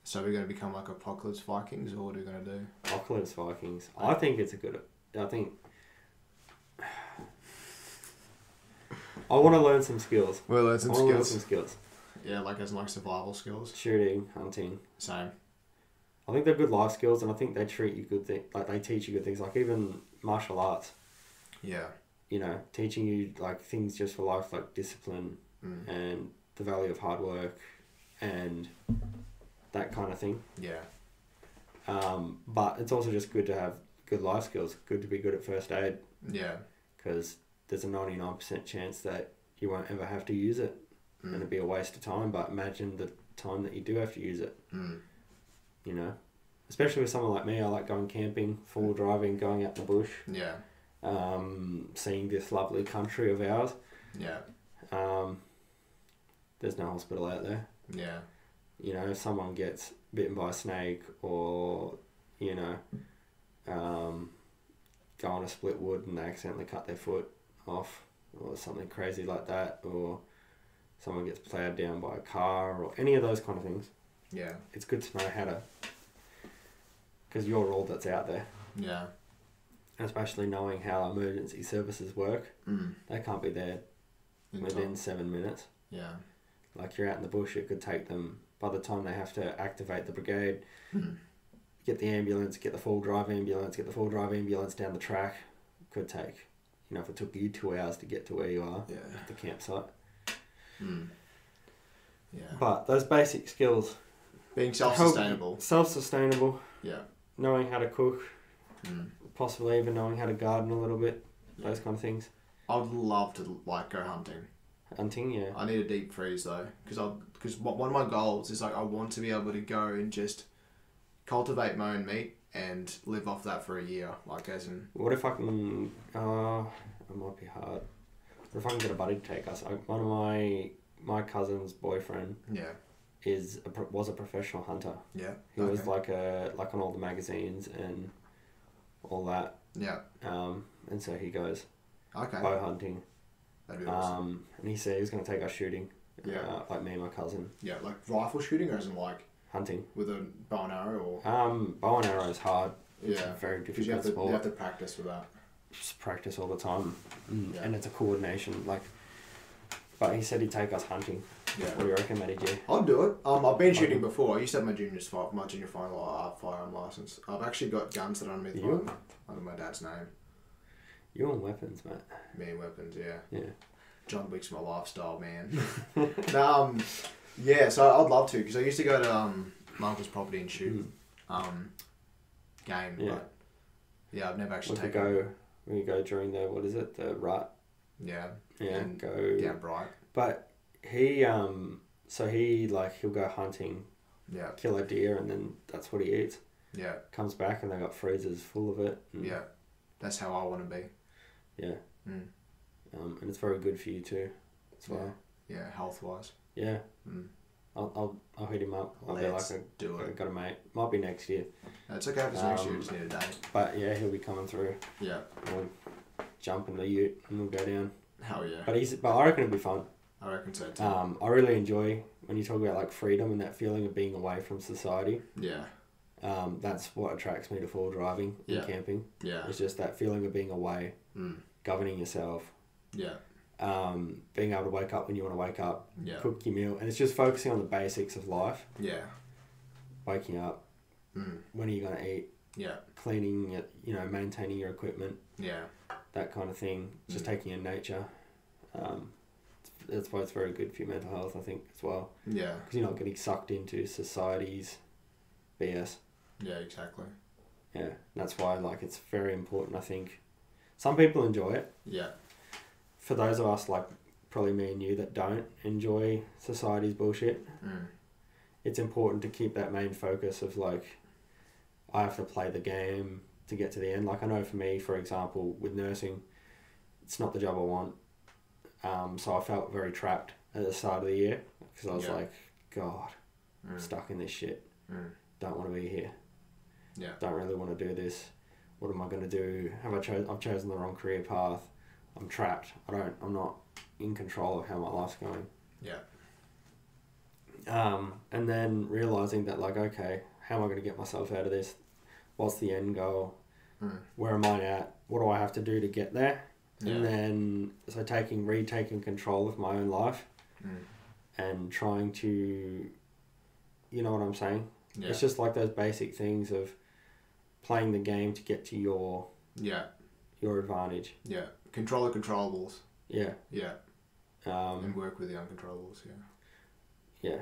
Speaker 1: So we're going to become like apocalypse Vikings, or what are we going to do?
Speaker 2: Apocalypse Vikings. I think it's a good. I think. I want to learn some skills.
Speaker 1: Well, that's
Speaker 2: I want to learn some skills.
Speaker 1: Yeah, like as in like survival skills.
Speaker 2: Shooting, hunting.
Speaker 1: Same.
Speaker 2: I think they're good life skills, and I think they treat you good. Thing, like they teach you good things, like even martial arts.
Speaker 1: Yeah.
Speaker 2: you know, teaching you like things just for life, like discipline
Speaker 1: Mm.
Speaker 2: and the value of hard work and that kind of thing.
Speaker 1: Yeah.
Speaker 2: Um, but it's also just good to have good life skills. Good to be good at first aid
Speaker 1: Yeah.
Speaker 2: because there's a ninety nine percent chance that you won't ever have to use it, and
Speaker 1: Mm.
Speaker 2: it'd be a waste of time. But imagine the time that you do have to use it.
Speaker 1: Mm.
Speaker 2: You know, especially with someone like me, I like going camping, four wheel driving, going out in the bush,
Speaker 1: Yeah.
Speaker 2: um, seeing this lovely country of ours.
Speaker 1: Yeah.
Speaker 2: Um, there's no hospital out there.
Speaker 1: Yeah.
Speaker 2: you know, if someone gets bitten by a snake or, you know, um, go on a split wood and they accidentally cut their foot off or something crazy like that, or someone gets plowed down by a car or any of those kind of things,
Speaker 1: Yeah.
Speaker 2: it's good to know how to, because you're all that's out there.
Speaker 1: Yeah.
Speaker 2: And especially knowing how emergency services work,
Speaker 1: Mm.
Speaker 2: they can't be there
Speaker 1: In
Speaker 2: within
Speaker 1: time.
Speaker 2: seven minutes.
Speaker 1: Yeah.
Speaker 2: Like you're out in the bush, it could take them by the time they have to activate the brigade.
Speaker 1: Mm.
Speaker 2: get the ambulance, get the full drive ambulance, get the full drive ambulance down the track. Could take, you know, if it took you two hours to get to where you are
Speaker 1: Yeah.
Speaker 2: at the campsite.
Speaker 1: Mm. Yeah.
Speaker 2: But those basic skills
Speaker 1: Being self-sustainable.
Speaker 2: self sustainable,
Speaker 1: Yeah.
Speaker 2: knowing how to cook,
Speaker 1: Mm.
Speaker 2: possibly even knowing how to garden a little bit, those kind of things.
Speaker 1: I would love to like go hunting.
Speaker 2: Hunting, yeah.
Speaker 1: I need a deep freeze though, because I because one of my goals is like I want to be able to go and just cultivate my own meat and live off that for a year, like as in
Speaker 2: What if I can? Uh, it might be hard. What if I can get a buddy to take us? I, one of my my cousin's boyfriend
Speaker 1: yeah
Speaker 2: is a, pro- was a professional hunter.
Speaker 1: yeah
Speaker 2: He was like a like on all the magazines and all that.
Speaker 1: yeah
Speaker 2: Um, and so he goes
Speaker 1: okay
Speaker 2: bow hunting.
Speaker 1: that'd be awesome
Speaker 2: Um, and he said he was going to take us shooting.
Speaker 1: Yeah.
Speaker 2: Uh, like me and my cousin
Speaker 1: yeah like rifle shooting or as in like
Speaker 2: hunting.
Speaker 1: with a bow and arrow or
Speaker 2: Um, bow and arrow is hard. It's
Speaker 1: yeah
Speaker 2: a very
Speaker 1: because you have to
Speaker 2: difficult sport.
Speaker 1: you have to practice with that
Speaker 2: Just practice all the time, Mm,
Speaker 1: Yeah.
Speaker 2: and it's a coordination. Like, but he said he'd take us hunting.
Speaker 1: yeah.
Speaker 2: What do you reckon, Matty G?
Speaker 1: I'll do it. Um, I've been shooting before. I used to have my junior fi- my junior final uh, firearm license. I've actually got guns that are under
Speaker 2: You?
Speaker 1: my, under my dad's name.
Speaker 2: You on weapons, mate?
Speaker 1: Me and weapons, yeah.
Speaker 2: Yeah.
Speaker 1: John Wick's my lifestyle, man. no, um, yeah, so I'd love to because I used to go to um, my uncle's property and shoot um, game,
Speaker 2: Mm. Yeah.
Speaker 1: but yeah, I've never
Speaker 2: We
Speaker 1: actually
Speaker 2: could
Speaker 1: taken.
Speaker 2: go. We could go during the what is it? The rut.
Speaker 1: Yeah,
Speaker 2: Yeah.
Speaker 1: And
Speaker 2: go.
Speaker 1: yeah, bright.
Speaker 2: But he um. So he like he'll go hunting,
Speaker 1: Yeah,
Speaker 2: kill a deer, and then that's what he eats.
Speaker 1: yeah,
Speaker 2: comes back and they got freezers full of it. And,
Speaker 1: yeah. That's how I want to be.
Speaker 2: Yeah.
Speaker 1: Mm.
Speaker 2: Um, and it's very good for you too, as well.
Speaker 1: Yeah, health wise.
Speaker 2: Yeah.
Speaker 1: Mm.
Speaker 2: I'll, I'll I'll hit him up. I'll
Speaker 1: Let's
Speaker 2: be like,
Speaker 1: do
Speaker 2: I
Speaker 1: it.
Speaker 2: got a mate. Might be next year,
Speaker 1: It's okay if it's next year.
Speaker 2: Um,
Speaker 1: Just need a day.
Speaker 2: but yeah, he'll be coming through.
Speaker 1: Yeah.
Speaker 2: We'll jump in the Ute and we'll go down.
Speaker 1: Hell yeah.
Speaker 2: But he's but I reckon it'll be fun.
Speaker 1: I reckon so too.
Speaker 2: Um, I really enjoy when you talk about like freedom and that feeling of being away from society.
Speaker 1: yeah.
Speaker 2: Um, that's what attracts me to full driving and
Speaker 1: Yeah.
Speaker 2: camping.
Speaker 1: Yeah.
Speaker 2: It's just that feeling of being away,
Speaker 1: Mm.
Speaker 2: governing yourself,
Speaker 1: Yeah.
Speaker 2: um, being able to wake up when you want to wake up,
Speaker 1: Yeah.
Speaker 2: cook your meal, and it's just focusing on the basics of life:
Speaker 1: Yeah.
Speaker 2: waking up,
Speaker 1: Mm.
Speaker 2: when are you going to eat,
Speaker 1: Yeah.
Speaker 2: cleaning, it, you know, maintaining your equipment,
Speaker 1: Yeah.
Speaker 2: that kind of thing. Just
Speaker 1: Mm.
Speaker 2: taking in nature. Um, it's- that's why it's very good for your mental health, I think, as well,
Speaker 1: Yeah.
Speaker 2: because you're not getting sucked into society's BS.
Speaker 1: Yeah. Exactly.
Speaker 2: Yeah, and that's why like it's very important. I think some people enjoy it.
Speaker 1: Yeah.
Speaker 2: For those of us like probably me and you that don't enjoy society's bullshit,
Speaker 1: Mm.
Speaker 2: it's important to keep that main focus of like I have to play the game to get to the end. Like I know for me, for example, with nursing, it's not the job I want. Um, so I felt very trapped at the start of the year because I was
Speaker 1: Yeah.
Speaker 2: like, God, I'm
Speaker 1: Mm.
Speaker 2: stuck in this shit.
Speaker 1: Mm.
Speaker 2: Don't want to be here.
Speaker 1: Yeah.
Speaker 2: Don't really want to do this. What am I going to do? Have I chose? I've chosen the wrong career path. I'm trapped. I don't. I'm not in control of how my life's going.
Speaker 1: Yeah.
Speaker 2: um, and then realizing that like okay how am i going to get myself out of this what's the end goal
Speaker 1: Mm.
Speaker 2: where am i at what do i have to do to get there
Speaker 1: Yeah.
Speaker 2: and then so taking retaking control of my own life
Speaker 1: Mm.
Speaker 2: and trying to you know what i'm saying
Speaker 1: Yeah.
Speaker 2: it's just like those basic things of playing the game to get to your
Speaker 1: yeah.
Speaker 2: your advantage
Speaker 1: Yeah. Control the controllables.
Speaker 2: Yeah.
Speaker 1: Yeah.
Speaker 2: Um,
Speaker 1: And work with the uncontrollables. Yeah.
Speaker 2: yeah.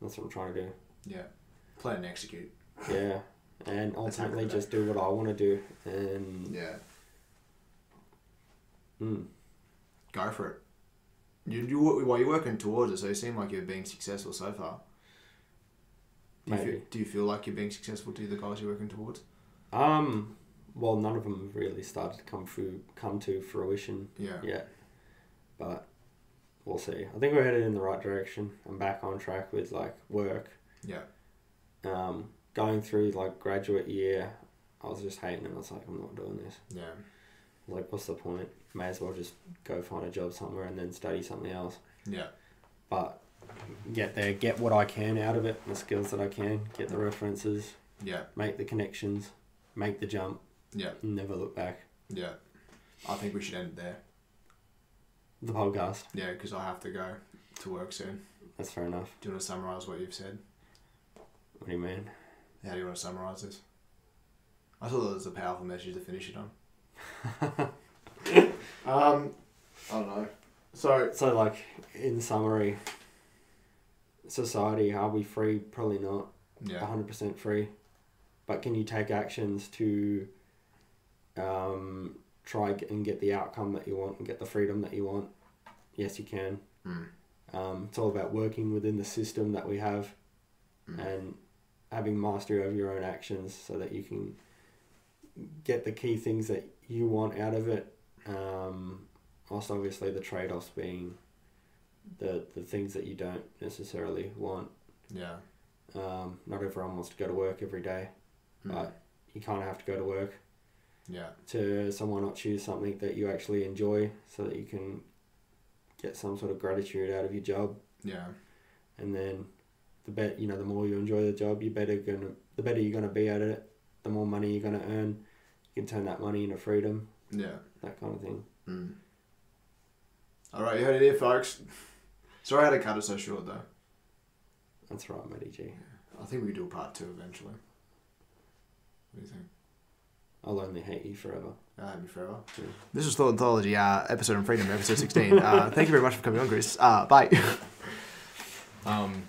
Speaker 2: That's what I'm trying to do.
Speaker 1: Yeah. Plan and execute.
Speaker 2: Yeah. And
Speaker 1: That's how I
Speaker 2: ultimately
Speaker 1: feel.
Speaker 2: just do what I want to do. And
Speaker 1: Yeah.
Speaker 2: Mm.
Speaker 1: Go for it. You, you wo- well, you're working towards it, so you seem like you're being successful so far. Do you, feel,
Speaker 2: Maybe.
Speaker 1: do you feel like you're being successful to the goals you're working towards?
Speaker 2: Um, well, none of them have really started to come through, come to fruition
Speaker 1: Yeah.
Speaker 2: yet, but we'll see. I think we're headed in the right direction. I'm back on track with like work.
Speaker 1: Yeah.
Speaker 2: Um, going through like graduate year, I was just hating it. I was like, I'm not doing this.
Speaker 1: Yeah.
Speaker 2: Like, what's the point? May as well just go find a job somewhere and then study something else.
Speaker 1: Yeah.
Speaker 2: But get there, get what I can out of it, the skills that I can, get the references,
Speaker 1: Yeah.
Speaker 2: make the connections, make the jump,
Speaker 1: Yeah.
Speaker 2: never look back.
Speaker 1: Yeah. I think we should end it there.
Speaker 2: The podcast.
Speaker 1: Yeah, because I have to go to work soon.
Speaker 2: That's fair enough.
Speaker 1: Do you want to summarise what you've said?
Speaker 2: What do you mean?
Speaker 1: How do you want to summarise this? I thought that was a powerful message to finish it on. um, I don't know. So
Speaker 2: So, like, in summary, society, are we free? Probably not.
Speaker 1: yeah,
Speaker 2: 100% free. But can you take actions to um, try g- and get the outcome that you want and get the freedom that you want? Yes, you can.
Speaker 1: Mm.
Speaker 2: Um, it's all about working within the system that we have and having mastery over your own actions so that you can get the key things that you want out of it. Um, also, obviously, the trade offs being the, the things that you don't necessarily want.
Speaker 1: yeah,
Speaker 2: Um, not everyone wants to go to work every day,
Speaker 1: Mm.
Speaker 2: but you kind of have to go to work
Speaker 1: yeah,
Speaker 2: to someone not choose something that you actually enjoy so that you can get some sort of gratitude out of your job.
Speaker 1: yeah,
Speaker 2: And then the bet you know, the more you enjoy the job, you better gonna the better you're gonna be at it, the more money you're gonna earn. You can turn that money into freedom,
Speaker 1: yeah.
Speaker 2: that kind of thing.
Speaker 1: Mm. All right, you heard it here, folks. Sorry I had to cut it so short though.
Speaker 2: That's right, Matty G.
Speaker 1: I think we can do a part two eventually. What do you think?
Speaker 2: I'll only hate you forever.
Speaker 1: Uh, happy forever.
Speaker 2: Yeah.
Speaker 1: This was Thought Anthology, uh, episode on freedom, episode 16. uh, thank you very much for coming on, Chris. Uh, bye. um,